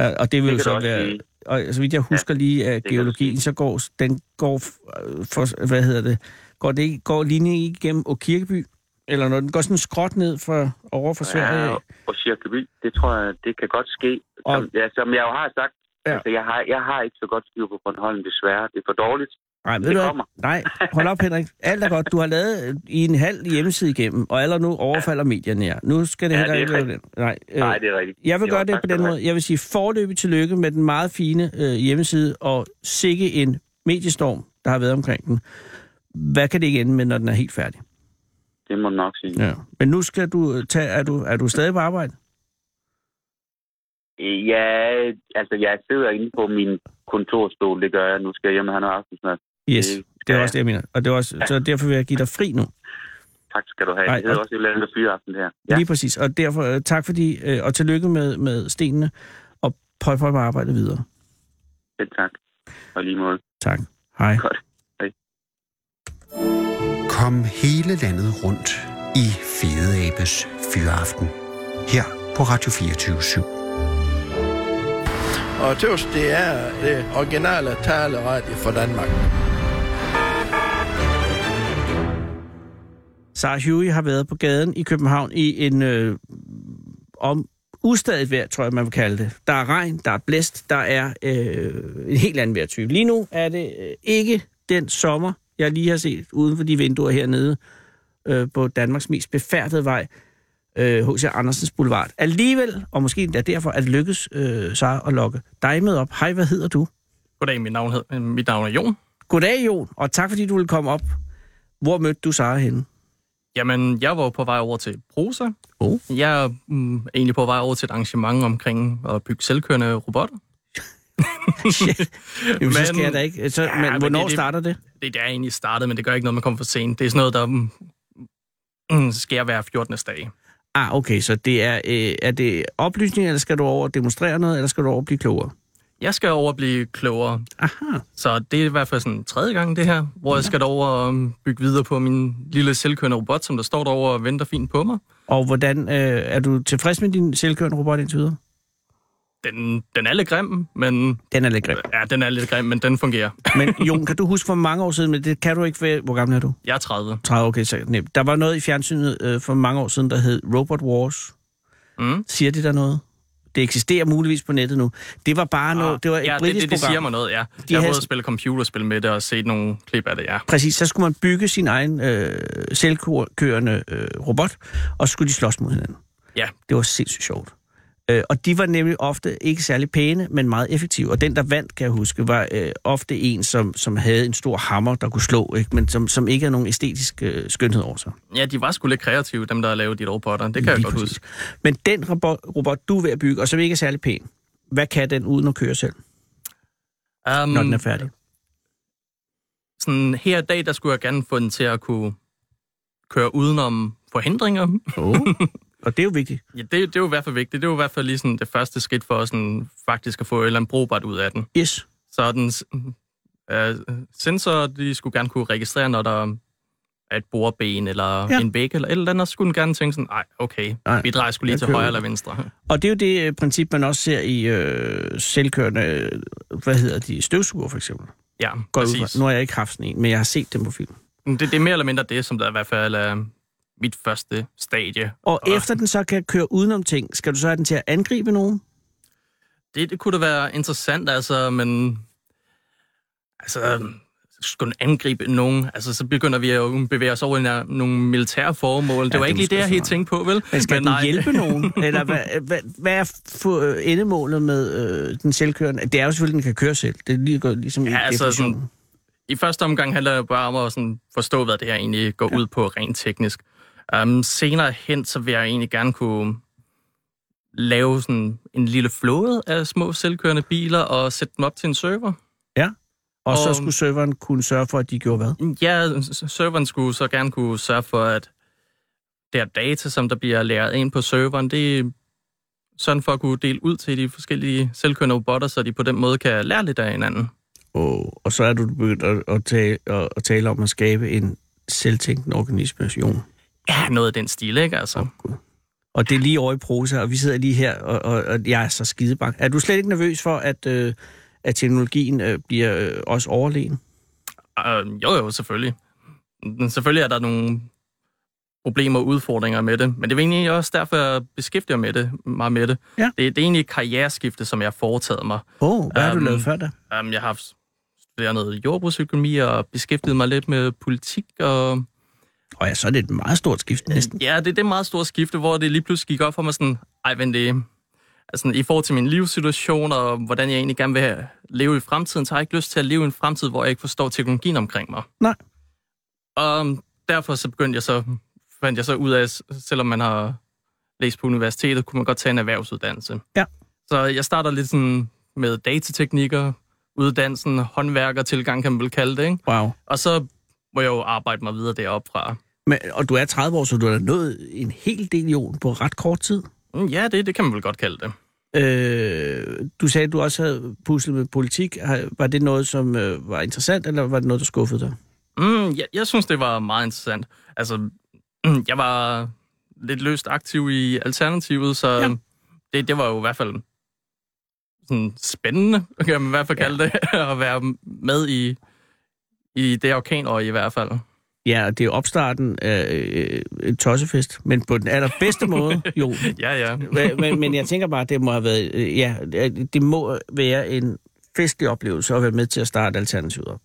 Øh, Og det vil jo Det kan du så også være... sige. Og så vidt jeg husker lige af kan du geologien, sige. så går s- den går f- øh, for, hvad hedder det, går det ikke, går linjen ikke igennem Å Kirkeby, eller når den går sådan skråt ned for, over for Sverige. Ja, og Kirkeby, det tror jeg, det kan godt ske. Og- Som, ja, som jeg jo har sagt, Ja. ja. altså, jeg, har, jeg har ikke så godt styr på Bornholm, desværre. Det er for dårligt. Nej, ved Det du kommer. ikke? Nej, hold op, Henrik. Alt er godt. Du har lavet øh, i en halv hjemmeside igennem, og allerede nu overfalder medierne jer. Nu skal det Ja, heller det er ikke være den. Nej, øh, Nej, det er rigtigt. jeg vil Jo, gøre det tak på skal den du måde. Jeg vil sige forløbig tillykke med den meget fine øh, hjemmeside, og sikke en mediestorm, der har været omkring den. Hvad kan det ikke ende med, når den er helt færdig? have. Det må du nok sige. Ja. Ja. Men nu skal du øh, tage... Er du, er du stadig på arbejde? ja, altså, jeg sidder inde på min kontorstol, det gør jeg. Nu skal jeg hjem og have noget aftensmad. Yes, Det- det er ja. også det, jeg mener. Og det er også, så derfor vil jeg give dig fri nu. Tak skal du have. Ej, Ej, det hedder og- også et eller andet fyraften her. Ja. Ja, Lige præcis. Og derfor øh, tak fordi... Øh, og tillykke med, med stenene, og pøj, pøj, pøj, arbejde videre. selv tak. Og lige måde. Tak. Hej. Godt. Kom hele landet rundt i Fede Abes Fyraften. Her på Radio 24 7. Og tøs, det er det originale taleradio for Danmark. Sarah Huey har været på gaden i København i en øh, om ustadigt vejr, tror jeg, man vil kalde det. Der er regn, der er blæst, der er øh, en helt anden vejrtype. Lige nu er det øh, ikke den sommer, jeg lige har set uden for de vinduer hernede øh, på Danmarks mest befærdede vej, øh, H.C. Andersens Boulevard. Alligevel, og måske endda derfor, at lykkes øh, Sarah at lokke dig med op. Hej, hvad hedder du? Goddag, mit navn, hed, mit navn er Jon. Goddag, Jon, og tak fordi du ville komme op. Hvor mødte du Sarah henne? Jamen, jeg var jo på vej over til Prosa. Oh. Jeg er mm, egentlig på vej over til et arrangement omkring at bygge selvkørende robotter. <laughs> Jamen, så Men- skal jeg da ikke. Så, ja, Ja, men men hvornår det er det, det- starter det? Det er der egentlig startet, men det gør ikke noget, man kommer for sent. Det er sådan noget, der mm, mm, sker hver 14. dag. Ah, okay, så det er, øh, er det oplysning, eller skal du over og demonstrere noget, eller skal du over og blive klogere? Jeg skal over og blive klogere, Aha, så det er i hvert fald sådan tredje gang det her, hvor jeg skal over og mm, bygge videre på min lille selvkørende robot, som der står derovre og venter fint på mig. og hvordan øh, er du tilfreds med din selvkørende robot indtil videre? Den, den er lidt grim, men Den er lidt grim. ja, den er lidt grim, men den fungerer. Men Jon, kan du huske for mange år siden, men det kan du ikke, for- hvor gammel er du? Jeg er 30. 30, okay, så nemt. Der var noget i fjernsynet øh, for mange år siden, der hed Robot Wars. Mm. Siger det der noget? Det eksisterer muligvis på nettet nu. Det var bare noget, det var et Ah, ja, britisk det, det, det program. siger mig noget, ja. De jeg har havde både sådan- spillet computerspil med det og set nogle klip af det, ja. Præcis, så skulle man bygge sin egen øh, selvkørende øh, robot, og så skulle de slås mod hinanden. Ja. Det var sindssygt sjovt. Øh, og de var nemlig ofte ikke særlig pæne, men meget effektive. Og den, der vandt, kan jeg huske, var øh, ofte en, som, som havde en stor hammer, der kunne slå, ikke? men som, som ikke havde nogen æstetisk øh, skønhed over sig. Ja, de var sgu lidt kreative, dem der lavede de robotter. Det kan jeg Lige godt præcis. huske. Men den robot, robot, du er ved at bygge, og som ikke er særlig pæn, hvad kan den uden at køre selv, Um, når den er færdig? Sådan her i dag, der skulle jeg gerne få den til at kunne køre udenom forhindringer. Oh. og det er jo vigtigt. Ja, det, det er jo i hvert fald vigtigt. Det er jo i hvert fald lige sådan det første skridt for sådan, faktisk at få et eller andet brugbart ud af den. Yes. Så den øh, sensor, de skulle gerne kunne registrere, når der et bordben eller Ja. ja. en bæk eller et eller andet, så skulle den gerne tænke sådan, nej, okay, Nej, nej, vi drejer sgu jeg lige til køber højre den." eller venstre. Og det er jo det øh, princip, man også ser i øh, selvkørende, øh, hvad hedder de, støvsuger for eksempel. Ja, Går jeg ud fra. præcis. Nu har jeg ikke haft sådan en, men jeg har set dem på film. Men Det, det er mere eller mindre det, som der i hvert fald er mit første stadie. Og efter den så kan køre udenom ting, skal du så have den til at angribe nogen? Det, det kunne da være interessant, altså, men... Altså, skulle den angribe nogen? Altså, så begynder vi at jo bevæge os over i nær- nogle militære formål. Det Ja, ja, var det er ikke lige måske det, jeg også helt meget. tænkte på, vel? Men skal den nej. hjælpe nogen? <laughs> Eller hvad, hvad, hvad er f- øh, endemålet med øh, den selvkørende? Det er jo selvfølgelig, at den kan køre selv. Det er lige gået ligesom Ja, i altså, definitionen. sådan, I første omgang handler det bare om at sådan forstå, hvad det her egentlig går ja. ud på rent teknisk. Um, senere hen, så vil jeg egentlig gerne kunne lave sådan en lille flåde af små selvkørende biler og sætte dem op til en server. Og så og- øhm, Mm. skulle serveren kunne sørge for, at de gjorde hvad? Ja, s- serveren skulle så gerne kunne sørge for, at det her data, som der bliver læret ind på serveren, det er sådan for at kunne dele ud til de forskellige selvkørende robotter, så de på den måde kan lære lidt af hinanden. Og, og så er du begyndt at, at, tale, at, at tale om at skabe en selvtænkende organisation. Ja, noget af den stil, ikke altså? Og det er lige over i prosa, og vi sidder lige her, og, og, og jeg er så skidebank. Er du slet ikke nervøs for, at, øh, at teknologien øh, bliver øh, også overlegen? Øh, jo, jo, selvfølgelig. Men Selvfølgelig er der nogle problemer og udfordringer med det, men det er egentlig også derfor, jeg beskæftiger mig med det. Meget med det. Ja. Det, det er egentlig et karriereskifte, som jeg har foretaget mig. Åh, oh, hvad har du Øhm, lavet før da? Um, jeg har haft studeret noget jordbrugsøkonomi og beskæftiget mig lidt med politik. Og, Og ja, så er det et meget stort skift Øh. næsten. ja, det, det er meget store skifte, hvor det lige pludselig gik op for mig sådan, ej, vent det Altså, i forhold til min livssituation og hvordan jeg egentlig gerne vil have- leve i fremtiden, så har jeg ikke lyst til at leve i en fremtid, hvor jeg ikke forstår teknologien omkring mig. Nej. Og derfor så begyndte jeg så, fandt jeg så ud af, s- selvom man har læst på universitetet, kunne man godt tage en erhvervsuddannelse. Ja. Så jeg starter lidt sådan med datateknikker, uddannelsen, håndværkertilgang kan man vel kalde det, ikke? Wow. Og så må jeg jo arbejde mig videre deroppe fra. Men, og du er 30 år, så du har da nået en hel del jon på ret kort tid. Mm, Ja, det, det kan man vel godt kalde det. Øh, du sagde, at du også havde puslet med politik. Har- Var det noget, som øh, var interessant, eller var det noget, der skuffede dig? Mm, jeg, jeg synes, det var meget interessant. Altså, mm, jeg var lidt løst aktiv i Alternativet, så Ja. ja. det, det var jo i hvert fald sådan spændende, kan man i hvert fald kalde det, <laughs> at være med i, i det orkanår i hvert fald. Ja, og det er opstarten af øh, en tossefest, men på den <laughs> allerbedste måde, Jon. Ja, ja. Hva- Men, men jeg tænker bare, at det må have været, øh, ja, det- det må være en festlig oplevelse at være med til at starte Alternativet op.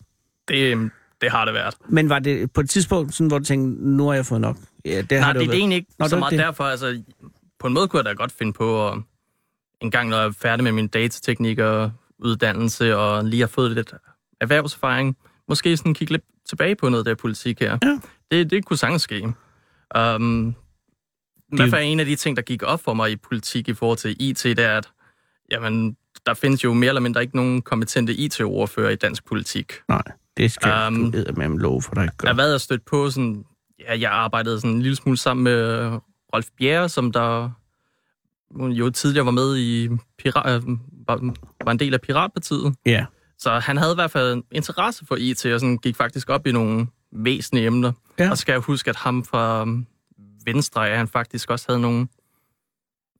Det, øh, det har det været. Men var det på et tidspunkt, sådan, hvor du tænkte, nu har jeg fået nok? Ja, det Nej, har det, jo det er været. egentlig ikke Nå, Nå, det så er meget det. det. derfor. Altså, på en måde kunne jeg da godt finde på, at en gang når jeg er færdig med min datateknik og uddannelse, og lige har fået lidt erhvervserfaring, måske sådan kigge lidt tilbage på noget der politik her. Ja. Det, det kunne sagtens ske. Um, I hvert fald en af de ting, der gik op for mig i politik i forhold til IT, det er, at jamen, der findes jo mere eller mindre ikke nogen kompetente IT-ordfører i dansk politik. Nej, det skal um, Øhm, du med en lov for dig ikke Jeg har gøre. været og stødt på sådan... Ja, jeg arbejdede sådan en lille smule sammen med øh, Rolf Bjerre, som der hun jo tidligere var med i... Pira- øh, var, var en del af Piratpartiet. Ja, Så han havde i hvert fald interesse for IT, og sådan gik faktisk op i nogle væsentlige emner. Ja. Ja. Og skal jeg huske, at ham fra øhm, Venstre, ja, han faktisk også havde nogle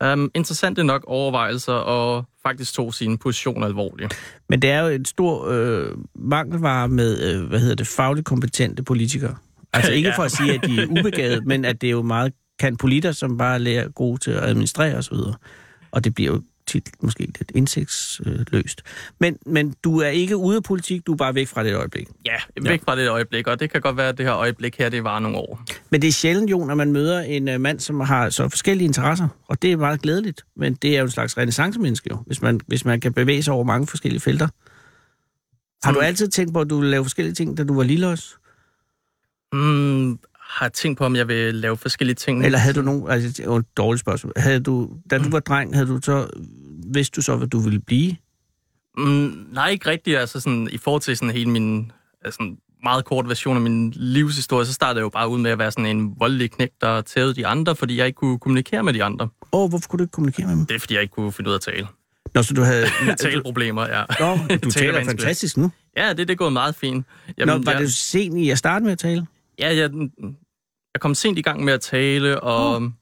um, interessante nok overvejelser, og faktisk tog sine positioner alvorligt. men det er jo en stor øh, mangelvare med, øh, hvad hedder det, fagligt kompetente politikere. Altså ikke ja. for at sige, at de er ubegavede, men at det er jo meget kan politter, som bare lærer gode til at administrere osv. Og det bliver jo tit måske lidt indsigtsløst. Men, men du er ikke ude af politik, du er bare væk fra det et øjeblik. Ja, væk fra det øjeblik, og det kan godt være, at det her øjeblik her, det var nogle år. Men det er sjældent, Jon, at man møder en øh, mand, som har så forskellige interesser, og det er meget glædeligt. Men det er jo en slags renaissancemenneske jo, hvis man, hvis man kan bevæge sig over mange forskellige felter. Har du Sådan. altid tænkt på, at du ville lave forskellige ting, da du var lille også? Mm, har tænkt på, om jeg vil lave forskellige ting. Eller havde du nogen... Altså, det er jo et dårligt spørgsmål. Havde du, da du var dreng, havde du så, vidste du så, hvad du ville blive? Mm, nej, ikke rigtigt. Altså sådan, i forhold til sådan hele min altså, sådan meget kort version af min livshistorie, så startede jeg jo bare ud med at være sådan en voldelig knæk, der tævede de andre, fordi jeg ikke kunne kommunikere med de andre. Åh, oh, hvorfor kunne du ikke kommunikere med mig? Det er, fordi jeg ikke kunne finde ud af at tale. Nå, så du <laughs> havde... Taleproblemer, ja. <laughs> Nå, du taler Talevanskelighed. fantastisk nu. Ja, det, det er gået meget fint. Nå, var det sent i at starte med at tale? ja, jeg, jeg kom sent i gang med at tale, og Uh. mm.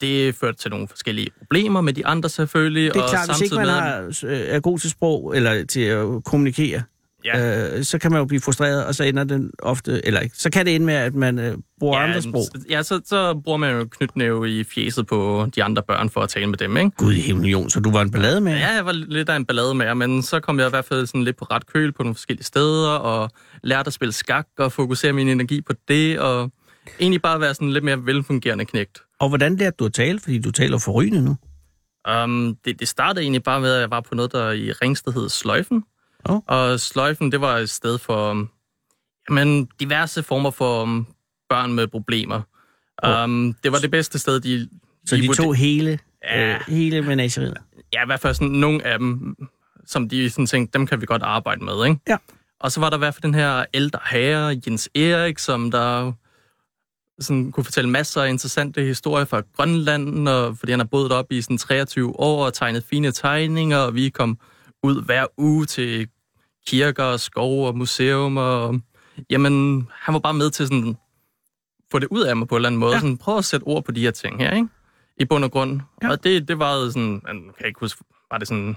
det førte til nogle forskellige problemer med de andre selvfølgelig. Det er og klart, hvis ikke man samtidig med- har, øh, er god til sprog, eller til at kommunikere, Ja, øh, så kan man jo blive frustreret, og så ender den ofte, eller ikke, så kan det ende med, at man øh, bruger ja, andre sprog. så- Ja, så, så bruger man jo knytnæve i fjeset på de andre børn for at tale med dem, ikke? Gud i himlen, Jon, så du var en ballade med? Ja, jeg var lidt af en ballade med jer, men så kom jeg i hvert fald sådan lidt på ret køl på nogle forskellige steder, og lærte at spille skak og fokusere min energi på det, og egentlig bare være sådan lidt mere velfungerende knægt. Og hvordan lærte du at tale? Fordi du taler forrygende nu. Um, det, det startede egentlig bare med, at jeg var på noget, der i Ringsted hed Sløjfen. Åh. Og Sløjfen, det var et sted for um, jamen, diverse former for um, børn med problemer. Um, det var det bedste sted, de... Så de vurder- tog hele, Ja. øh, hele menageriet. ja, i hvert fald sådan nogle af dem, som de sådan tænkte, dem kan vi godt arbejde med, ikke? Ja. Og så var der i hvert fald den her ældre herre, Jens Erik, som der sådan kunne fortælle masser af interessante historier fra Grønland, og, fordi han har boet op i sådan 23 år og tegnet fine tegninger, og vi kom ud hver uge til kirker og skov og museum, og jamen, han var bare med til sådan få det ud af mig på en eller anden måde. Ja. Sådan, prøv at sætte ord på de her ting her, ikke? I bund og grund. Ja. Og det, det var sådan, jeg kan ikke huske, var det sådan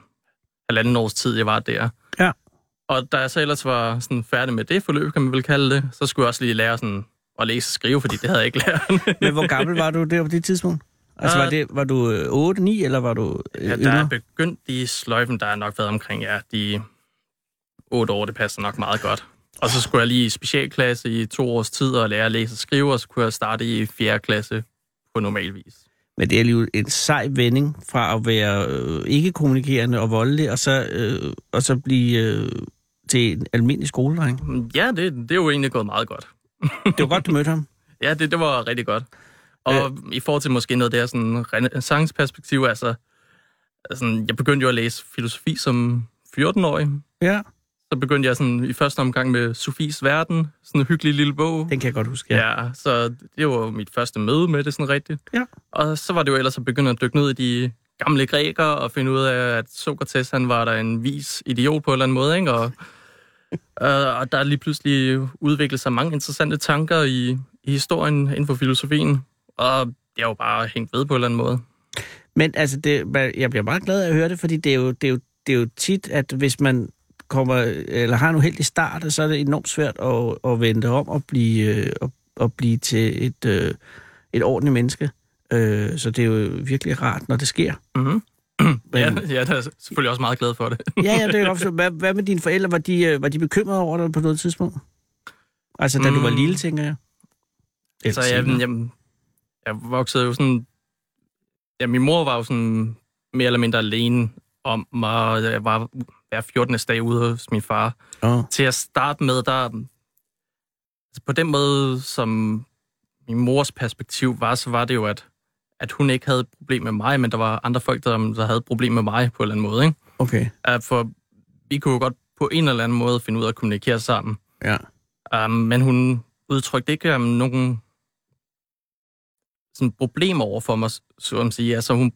halvanden års tid, jeg var der. Ja. Og da jeg så ellers var sådan færdig med det forløb, kan man vel kalde det, så skulle jeg også lige lære sådan at læse og skrive, fordi det havde jeg ikke <laughs> lært. Men hvor gammel var du der på det tidspunkt? Altså, Øh, var, det, var du øh, 8, 9, eller var du øh, ja, der yngre? er begyndt i sløjfen, der er nok været omkring ja, de otte år, det passer nok meget godt. Og så skulle jeg lige i specialklasse i to års tid og lære at læse og skrive, og så kunne jeg starte i fjerde klasse på normal vis. Men det er alligevel en sej vending fra at være øh, ikke-kommunikerende og voldelig, og så, øh, og så blive øh, til en almindelig skoledreng. Mm, Ja, det, det er jo egentlig gået meget godt. Det var godt, du mødte <laughs> ham. Ja, det, det var rigtig godt. Og øh. i forhold til måske noget der sådan renaissanceperspektiv, altså, altså, jeg begyndte jo at læse filosofi som 14-årig. Ja, Så begyndte jeg sådan i første omgang med Sofies Verden, sådan en hyggelig lille bog. den kan jeg godt huske. Ja. Ja, så det var jo mit første møde med det sådan rigtigt. Ja. Og så var det jo ellers at begynde at dykke ned i de gamle grækere og finde ud af, at Sokrates, han var der en vis idiot på en eller anden måde, ikke? <laughs> Og, øh, og der er lige pludselig udviklet sig mange interessante tanker i, i historien inden for filosofien. Og jeg har jo bare hængt ved på en eller anden måde. Men altså, det, man- jeg bliver meget glad af at høre det, fordi det er jo, det er jo, det er jo tit, at hvis man kommer, eller har en uheldig start, så er det enormt svært at, at vente om og blive, øh, at, at blive til et, øh, et ordentligt menneske. Øh, så det er jo virkelig rart, når det sker. Mm-hmm. <clears throat> Men- Ja, ja, der er jeg selvfølgelig også meget glad for det. Ja, ja, det kan jeg godt forstå. Hvad, hvad med dine forældre? Var de, øh, var de bekymrede over dig på noget tidspunkt? Altså, da mm. du var Mm. lille, tænker jeg. Så jeg, jeg, jeg voksede jo sådan... Ja, min mor var jo sådan mere eller mindre alene om mig, og jeg var hver 14. dag ude hos min far. Oh. Til at starte med, der... Altså på den måde, som min mors perspektiv var, så var det jo, at, at hun ikke havde et problem med mig, men der var andre folk, der, der havde et problem med mig på en eller anden måde. Ikke? Okay, Øh, For vi kunne jo godt på en eller anden måde finde ud af at kommunikere sammen. ja. Um, men hun udtrykte ikke um, nogen sådan problemer over for mig, så at sige. Altså, hun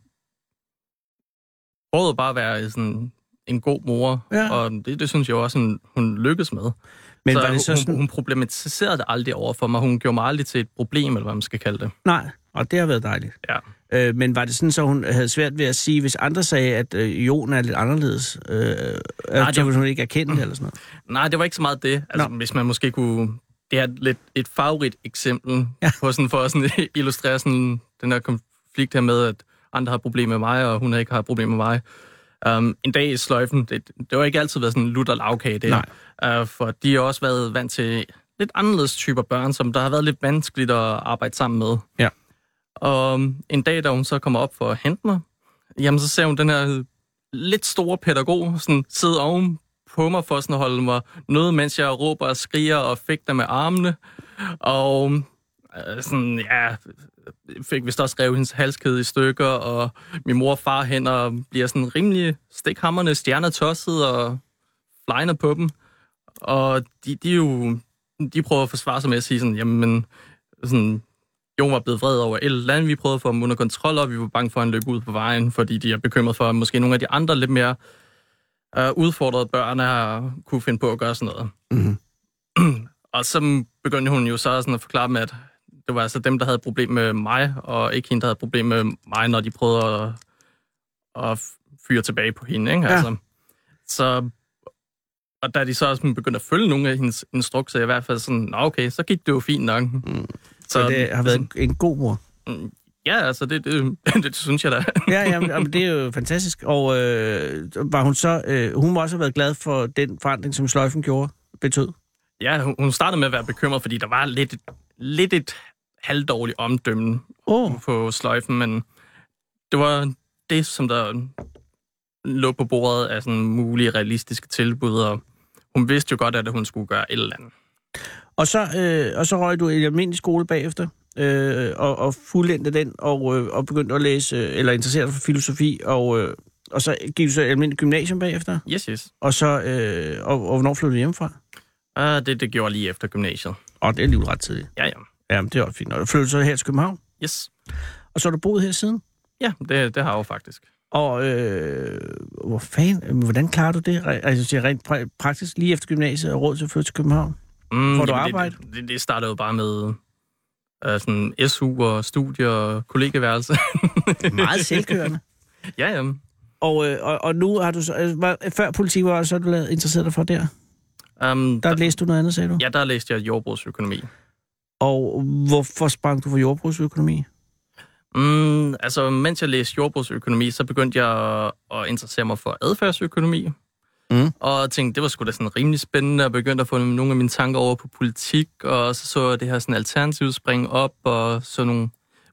prøvede bare at være sådan en god mor, Ja. og det, det synes jeg også, hun, hun lykkedes med. Men så var det så hun, sådan... hun problematiserede det aldrig over for mig. Hun gjorde mig aldrig til et problem, eller hvad man skal kalde det. Nej, og det har været dejligt. Ja. Øh, men var det sådan, så hun havde svært ved at sige, hvis andre sagde, at øh, Jon er lidt anderledes, øh, Nej, det så var- ville hun ikke erkende det eller sådan noget? Nej, det var ikke så meget det. Altså, Nå. hvis man måske kunne... Det er lidt et favorit eksempel ja. på sådan, for at sådan <laughs> illustrere sådan, den her konflikt her med, at andre har problemer med mig, og hun ikke har problemer med mig. Um, en dag i sløjfen, det, det var ikke altid været sådan lutter lavkage, det her. Uh, for de har også været vant til lidt anderledes typer børn, som der har været lidt vanskeligt at arbejde sammen med. Ja. Og en dag, da hun så kommer op for at hente mig, jamen så ser hun den her lidt store pædagog sådan, sidde oven på mig for sådan at holde mig noget, mens jeg råber og skriger og fægter med armene. Og øh, sådan, ja, fik vist også revet hendes halskæde i stykker, og min mor og far hen og bliver sådan rimelig stikhammerne stjerner tosset og flyner på dem. Og de, de er jo, de prøver at forsvare sig med at sige sådan, jamen, sådan, Jon var blevet vred over et eller andet. Vi prøvede at få ham under kontrol, og vi var bange for, at han løb ud på vejen, fordi de er bekymret for, at måske nogle af de andre lidt mere Mhm. øh, udfordrede børn har kunne finde på at gøre sådan noget. Mm-hmm. <clears throat> Og så begyndte hun jo så sådan at forklare med, at det var altså dem, der havde problem med mig, og ikke hende, der havde problem med mig, når de prøvede at, at fyre tilbage på hende. Ikke? Ja. Ja. Altså, så, og da de så også begyndte at følge nogle af hendes instrukser, i hvert fald sådan, Nå, okay, så gik det jo fint nok. Mm. Så det har været en, en god <laughs> mor. Ja, altså, det, det, <laughs> det synes jeg da. Ja, jamen, jamen, det er jo fantastisk. Og øh, var hun så... Øh, hun må også have været glad for den forandring, som sløjfen gjorde, betød. Ja, hun- hun startede med at være bekymret, fordi der var lidt, lidt et halvdårligt omdømme Åh, oh, på sløjfen, men det var det, som der lå på bordet af sådan mulige realistiske tilbud, og hun vidste jo godt, at hun skulle gøre et eller andet. Og så, øh, og så røg du i en almindelig skole bagefter, øh, og, og fuldendte den, og, øh, og begyndte at læse, øh, eller interessere dig for filosofi, og, øh, og så gik du så i almindelig gymnasium bagefter, Yes, yes. og så, øh, og, og hvornår flyttede du hjemmefra? Og Ah, det, det gjorde jeg lige efter gymnasiet. Og det er alligevel ret tidligt. Ja, ja. Jamen, det var fint. Og flyttede du så her til København, Yes. og så har du boet her siden. Ja, det, det har jeg jo faktisk. Og øh, hvor fanden, øh, hvordan klarer du det? Re- Altså, det er rent pra- praktisk lige efter gymnasiet og råd til at flytte til København. Mm, Får du jamen, arbejde? Det, det, det startede jo bare med øh, sådan SU og studier og kollegeværelse. <laughs> <laughs> Meget selvkørende. ja, ja. og, øh, og, og, nu har du så, øh, var- før politik var, så har du lavet, interesseret dig for der. Um, Der læste du noget andet, sagde du? Ja, der læste jeg jordbrugsøkonomi. Og hvorfor sprang du for jordbrugsøkonomi? Mm, altså, mens jeg læste jordbrugsøkonomi, så begyndte jeg at interessere mig for adfærdsøkonomi. Mm. Og tænkte, det var sgu da sådan rimelig spændende, og begyndte at få nogle af mine tanker over på politik, og så så jeg det her sådan alternativ springe op, og så nogle,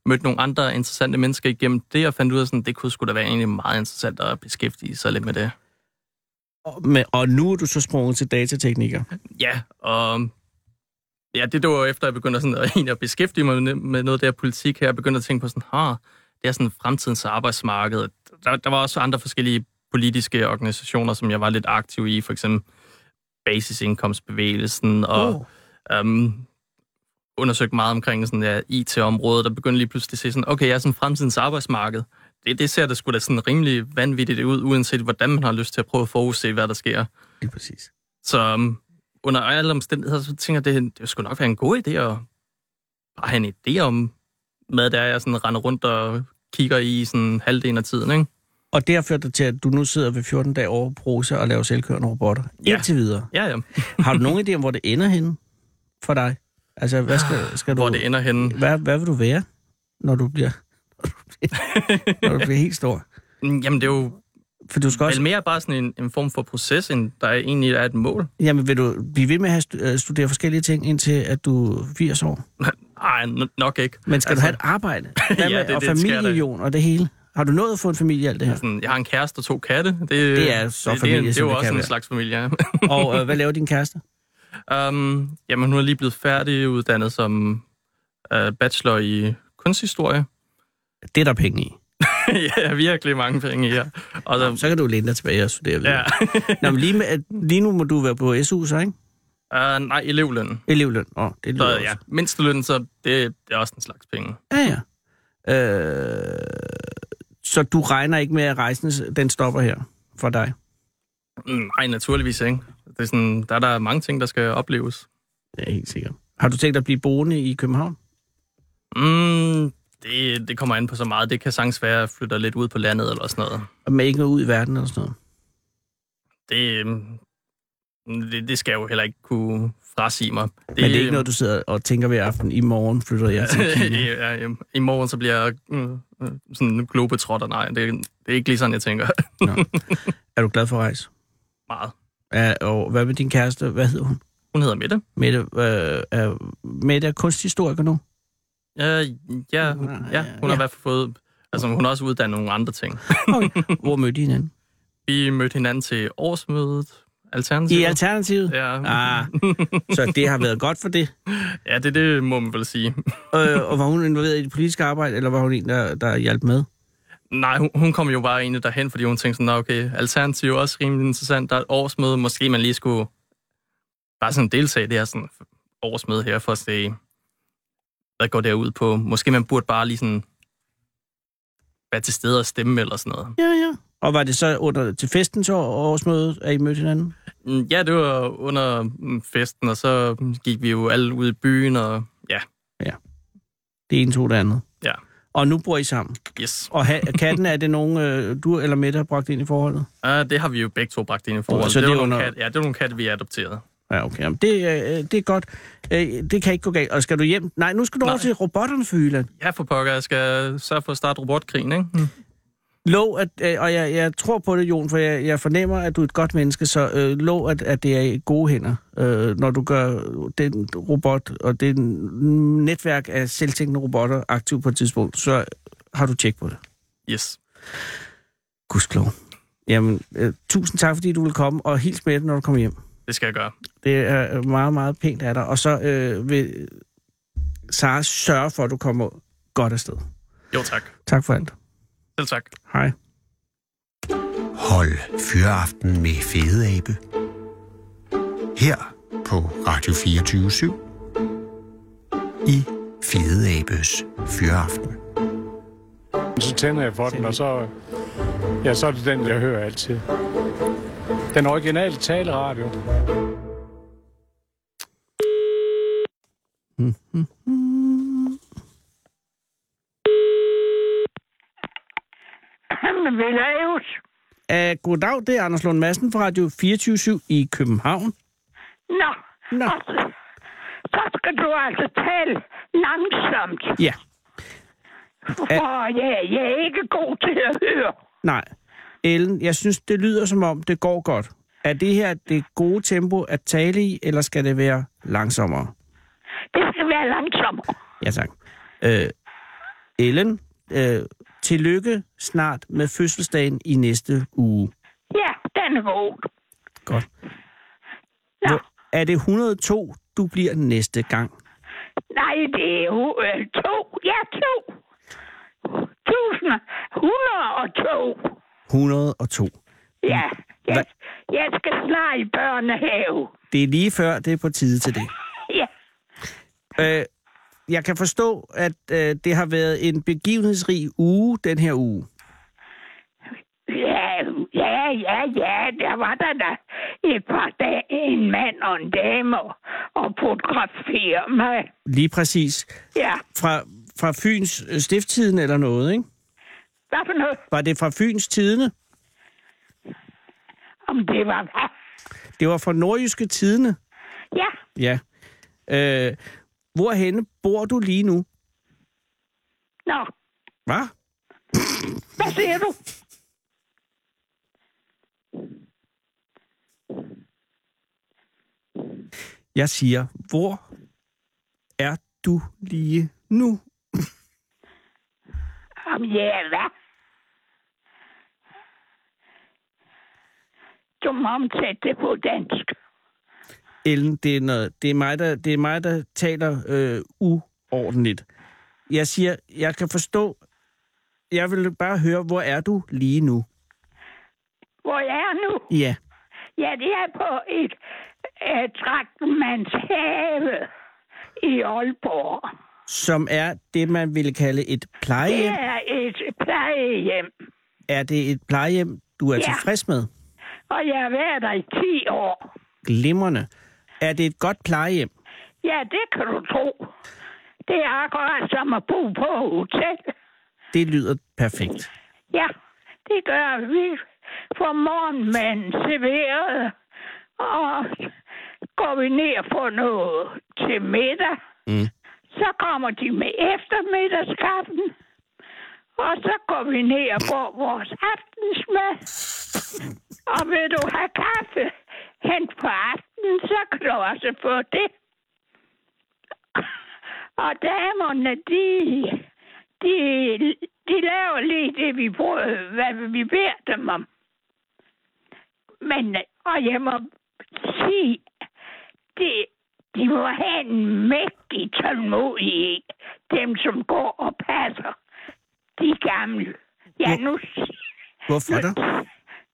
mødte nogle andre interessante mennesker igennem det, og fandt ud af, sådan, det kunne sgu da være egentlig meget interessant at beskæftige sig lidt med det. Og, men, og nu er du så sprunget til datateknikker. Ja, og ja, det det var efter, at jeg begyndte sådan, at, <laughs> egentlig at beskæftige mig med- med noget af det her politik her. Jeg begyndte at tænke på sådan, ha, det er sådan fremtidens arbejdsmarked. Der, der var også andre forskellige politiske organisationer, som jeg var lidt aktiv i, for eksempel basisindkomstbevægelsen, og Åh. oh. øhm, undersøgt meget omkring sådan, ja, IT-området, der begyndte lige pludselig at se sådan, okay, jeg er sådan fremtidens arbejdsmarked. Det, det ser da sgu da sådan rimelig vanvittigt ud, uanset hvordan man har lyst til at prøve at forudse, hvad der sker. Lige præcis. Så um, under alle omstændigheder, så tænker jeg, det, det skulle nok være en god idé at bare have en idé om, hvad det er, jeg sådan render rundt og kigger i sådan halvdelen af tiden, ikke? Og det har ført dig til, at du nu sidder ved 14 dage over på Prosa og laver selvkørende robotter. Ja. Ja. Indtil videre. Ja, ja. Har du nogen idé om, hvor det ender henne for dig? Altså, hvad skal, skal du... Ah, Hvor det ender henne. Hvad, hvad vil du være, når du bliver, når du bliver helt stor? Mm, Jamen, det er jo For du skal vel også... mere bare sådan en, en form for proces, end der egentlig er et mål. Jamen, vil du blive ved med at have stu- øh, studere forskellige ting, indtil at du er 80 år? Nej, nok ikke. Men skal altså, du Altså- have et <laughs> arbejde? Hvad Ja, med, det- og det skal jeg da. familieunion og det hele? Har du nået at få en familie i <laughs> alt det her? Sådan, jeg har en kæreste og to katte. Det, Det er så familie, det, det, det er som jo det også kan en være. slags familie, ja. Og øh, hvad laver din kæreste? um, jamen, hun er lige blevet færdiguddannet som uh, bachelor i kunsthistorie. <laughs> Det er der penge i. ja, virkelig mange penge, ja. Og så, Så kan du læne dig tilbage og studere videre. ja. Ja. Nå, men lige, med, at- lige nu må du være på SU, så ikke? <laughs> uh, nej, elevløn. Elevløn. Åh, oh, det Så lyder ja, mindsteløn, så det, det er også en slags penge. også. Ja, ja. Øh, så du regner ikke med, at rejsen den stopper her for dig? Mm, Nej, naturligvis ikke. Det er sådan, der er der mange ting, der skal opleves. Det er jeg helt sikkert. Har du tænkt dig at blive boende i København? Mm, det, det kommer an på så meget. Det kan sagtens være, at jeg flytter lidt ud på landet eller sådan noget. Og med ikke noget ud i verden eller sådan noget? Det, øhm, det, det skal jeg jo heller ikke kunne frasige mig. Det, Men det er ikke noget, du sidder og tænker hver aften. I morgen flytter jeg <laughs> til Kina. <laughs> ja, ja, I morgen så bliver jeg mm, mm, sådan en globetrotter. Nej, det, det er ikke lige sådan, jeg tænker <laughs> Er du glad for at rejse? meget. Ja, og hvad med din kæreste? Hvad hedder hun? Hun hedder Mette. Mette, øh, er, Mette er kunsthistoriker nu. Øh, Ja, ja, hun, Nej, ja, hun har ja. i hvert fald fået... Altså, hun har også uddannet nogle andre ting. Okay. Hvor mødte I hinanden? Vi mødte hinanden til årsmødet. Alternativ. I Alternativet? Ja. Ah, så det har været godt for det. <laughs> ja, det, det må man vel sige. Øh, og var hun involveret i det politiske arbejde, eller var hun en, der, der hjalp med? Nej, hun, hun kom jo bare egentlig derhen, fordi hun tænkte sådan, "Nå, okay, alternativ er også rimelig interessant. Der er et årsmøde, måske man lige skulle bare sådan deltage i det her sådan, årsmøde her for at se, hvad går der ud på. Måske man burde bare lige sådan være til stede og stemme eller sådan noget. Ja, ja. Og var det så under til festen til årsmødet, at I mødte hinanden? Mm, Ja, det var under mm, festen, og så mm, gik vi jo alle ud i byen, og ja, Det ene tog det andet. Ja. Og nu bor I sammen. yes. Og ha- katten, er det nogen, øh, du eller Mette har bragt ind i forholdet? Uh, det har vi jo begge to bragt ind i forhold. så det, det var er nogle under- katte, ja, det var nogle katte, vi adopterede. Ja, okay. Jamen, det, øh, det er godt. Øh, det kan ikke gå galt. Og skal du hjem? Nej, nu skal du Nej. over Nej. til robotterne for Jylland. Ja, for pokker, jeg skal sørge for at starte robotkrigen, ikke? Mm. Lov, at, øh, og jeg, jeg tror på det, Jon, for jeg, jeg fornemmer, at du er et godt menneske, så øh, lov, at, at det er i gode hænder, øh, når du gør den robot og det netværk af selvtænkende robotter aktiv på et tidspunkt, så har du tjek på det. Yes. Gudsklov. Jamen, øh, tusind tak, fordi du vil komme, og hils med det, når du kommer hjem. Det skal jeg gøre. Det er øh, meget, meget pænt af dig. Og så øh, vil Sara sørge for, at du kommer godt afsted. Jo, tak. Tak for alt. Selv tak. Hej. Hold Fyraften med Fede Abe. Her på Radio 24 I Fede Abes Fyraften. Så tænder jeg for den, og så, ja, så er det den, jeg hører altid. Den originale taleradio. Lavet. Uh, goddag, det er Anders Lund Madsen fra Radio 24 i København. Nå, Nå, så skal du altså tale langsomt, ja. for jeg, jeg er ikke god til at høre. Nej. Ellen, jeg synes, det lyder som om, det går godt. Er det her det gode tempo at tale i, eller skal det være langsommere? Det skal være langsommere. Ja, tak. Øh, Ellen, øh, tillykke snart med fødselsdagen i næste uge. Ja, den er god. Godt. Nå. Hvor, er det 102, du bliver næste gang? Nej, det er jo, øh, to. Ja, to. Tusind, hundrede og to. 102. Ja, Hva- jeg, jeg skal snart i børnehave. Det er lige før, det er på tide til det. <laughs> Ja, Øh, jeg kan forstå, at øh, det har været en begivenhedsrig uge den her uge. ja, ja, ja, ja, der var der da et par dage, en mand og en dame, og, og fotograferer mig. Lige præcis. Ja, Fra, fra Fyns øh, stifttiden eller noget, ikke? hvad for noget? Var det fra Fyns tidene? Om det var hvad? Det var fra nordjyske tidene. Ja, Ja. Øh, hvorhenne bor du lige nu? nå, Hvad? hvad siger du? Jeg siger, hvor er du lige nu? Om ja, hvad? Du må omsætte det på dansk. Ellen, det er, noget, det er, mig, der, det er mig, der taler øh, uordentligt. Jeg siger, jeg kan forstå, jeg vil bare høre, hvor er du lige nu? Hvor jeg er nu? Ja, Ja, det er på et, et traktmands have i Aalborg. som er det, man ville kalde et Det plejehjem. er et plejehjem, Er det et plejehjem, du er Ja. tilfreds med? og jeg har været der i 10 år. Glimrende. Er det et godt plejehjem? Ja, det kan du tro. Det er akkurat som at bo på hotel. Det lyder perfekt. Ja, det gør vi. For morgenmanden serveret, og går vi ned og får noget til middag. Mm. Så kommer de med eftermiddagskaffen, og så går vi ned og får vores aftensmad. Og vil du have kaffe hen på aftenen, så kan du også få det. Og damerne, de, de, de laver lige det, vi prøver, hvad vi beder dem om. Men, øh, og jeg må sige, det, de må have en mægtig tålmodighed, dem som går og passer de gamle. Ja, nu, Hvorfor nu, der?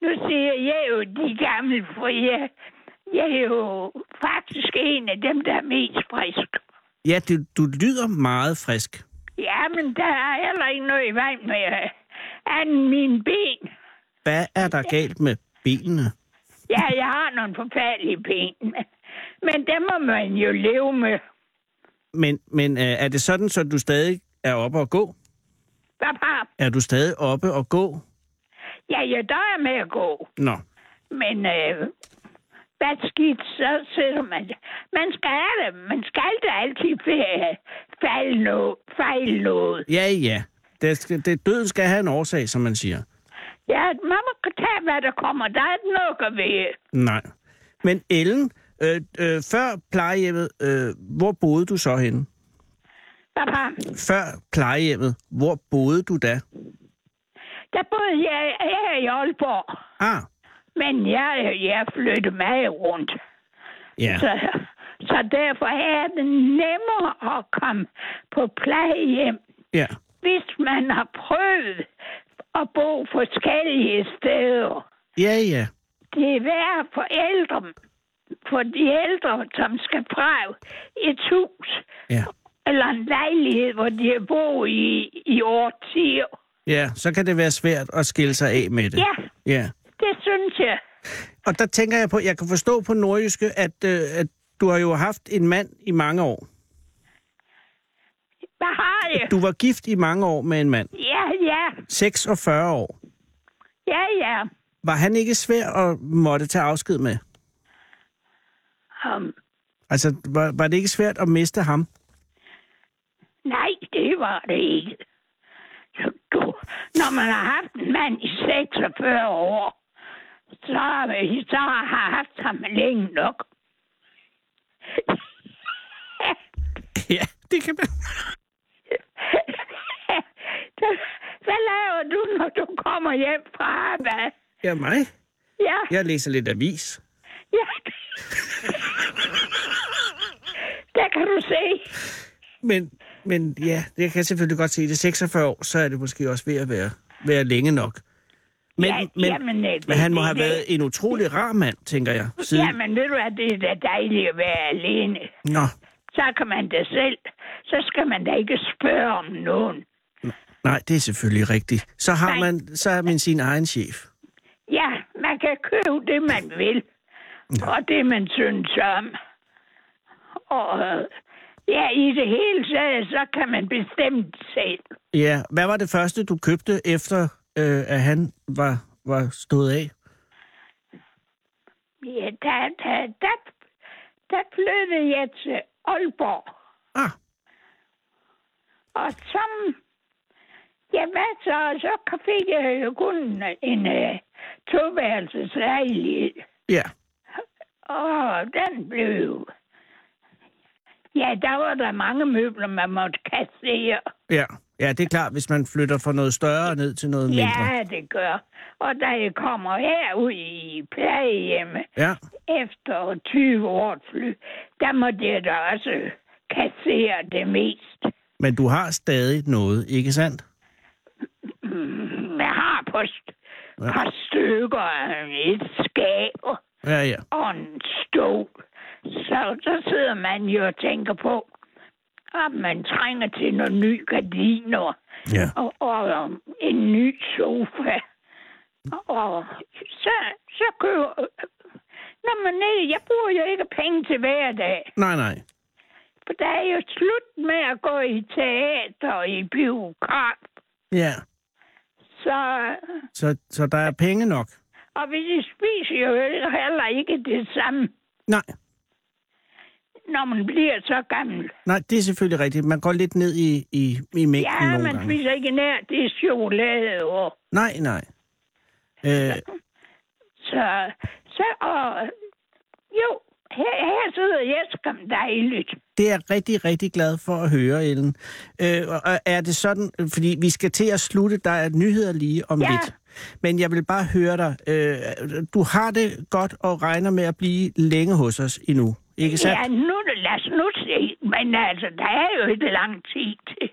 nu siger jeg jo de gamle, for jeg, jeg er jo faktisk en af dem, der er mest frisk. Ja, det, du lyder meget frisk. Jamen, der er heller ikke noget i vejen med øh, andet end mine ben. Hvad er der galt med benene? Ja, jeg har nogle forfærdelige ben, men dem må man jo leve med. Men, men øh, er det sådan, så du stadig er oppe og gå? Hvad pap? Er du stadig oppe og gå? Ja, jeg døjer med at gå, Nå. men øh, hvad skidt, så sidder man der. Man skal have det. Man skal da altid fe- fejle noget. Fejle noget. Ja, ja. Det skal, det, døden skal have en årsag, som man siger. Ja, man må tage, hvad der kommer. Der er ikke noget at ved. Nej. Men Ellen, øh, øh, før plejehjemmet, øh, hvor boede du så henne? Papa, Før plejehjemmet, hvor boede du da? der boede jeg her i Aalborg. Ah, Men jeg, jeg flyttede meget rundt. ja. Så, så derfor er det nemmere at komme på plejehjem, ja. hvis man har prøvet at bo forskellige steder. Ja, ja. Det er værre for ældre, for de ældre, som skal fra et hus Ja. eller en lejlighed, hvor de har boet i, i årtier. Ja, så kan det være svært at skille sig af med det. Ja, ja. det synes jeg. Og der tænker jeg på, jeg kan forstå på nordjyske, at, øh, at du har jo haft en mand i mange år. Hvad har jeg? Du var gift i mange år med en mand. Ja, ja, 46 år. ja, ja. Var han ikke svær at måtte tage afsked med? Um, Altså, var, var det ikke svært at miste ham? Nej, det var det ikke. Du, når man har haft en mand i 46 år, så, så har jeg haft ham længe nok. <laughs> Ja, det kan man. Hvad laver du, når du kommer hjem fra arbejde? Ja, mig. Ja, Jeg læser lidt avis. ja. Der kan du se. Men, men ja, det kan jeg selvfølgelig godt se. Det er 46 år, så er det måske også ved at være, være længe nok. Men, Ja, men, jamen, øh, men han må det- have det- været en utrolig rar mand, tænker jeg. Siden... Jamen, ved du hvad, det er da dejligt at være alene. Nå, Så kan man da selv. Så skal man da ikke spørge om nogen. nej, det er selvfølgelig rigtigt. Så har Nej. man, så er man sin egen chef. Ja, man kan købe det, man vil. Og det, man synes om. Og øh, ja, i det hele taget, så kan man bestemme det selv. Ja, hvad var det første, du købte, efter øh, at han var, var stået af? Ja, der, der, der, der flyttede jeg til Aalborg. Ah, Og så, ja, hvad så? Så fik jeg jo kun en uh, toværelseslejlighed. ja. Og den blev... Ja, der var der mange møbler, man måtte kassere. Ja. ja, det er klart, hvis man flytter fra noget større ned til noget mindre. Ja, det gør. Og da jeg kommer herud i plejehjemme Ja, efter 20 år fly, der måtte jeg da også kassere det mest. men du har stadig noget, ikke sandt? Mm, Jeg har på st- par stykker af et skab Ja, ja. og en stol. Så, så sidder man jo og tænker på, at man trænger til nogle nye gardiner. Ja. og, og um, en ny sofa. Og så, så køber... øh, Nå, men nej, jeg bruger jo ikke penge til hverdag. Nej, nej. For der er jo slut med at gå i teater og i biograf. Ja, Så, så, så der er penge nok. og vi spiser jo heller ikke det samme, Nej, når man bliver så gammel. nej, det er selvfølgelig rigtigt. Man går lidt ned i, i, i mængden Ja, nogle man gange. spiser ikke nær det chokolade og... Nej, nej. Øh, Så, så og, jo, her, her sidder jeg skam dejligt. det er jeg rigtig, rigtig glad for at høre, Ellen. Øh, og- og er det sådan, fordi vi skal til at slutte, der er nyheder lige om Ja. lidt. Men jeg vil bare høre dig. Øh, du har det godt og regner med at blive længe hos os endnu, ikke sandt? Ja, nu, lad os nu se. Men altså, der er jo ikke lang tid til.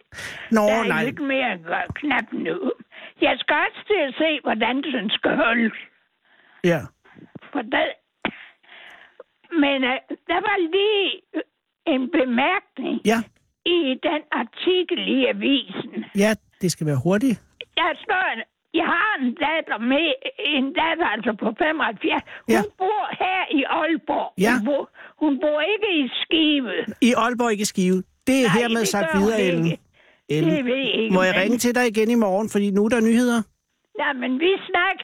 Nå, der er nej. jo ikke mere at gøre knap nu. Jeg skal også til at se, hvordan den skal holdes. Ja. For der... Men uh, der var lige en bemærkning ja, i den artikel i avisen. ja, det skal være hurtigt. Der står, jeg har en datter med, en datter altså på 75. Hun Ja. bor her i Aalborg. Ja. Hun, bor, hun bor ikke i Skive. I Aalborg, ikke i Skive. Det er Nej, hermed det sagt gør hun videre, ikke. Ellen. Det ved jeg ikke, Må jeg men- ringe til dig igen i morgen, fordi nu er der nyheder? Nej, men vi snakker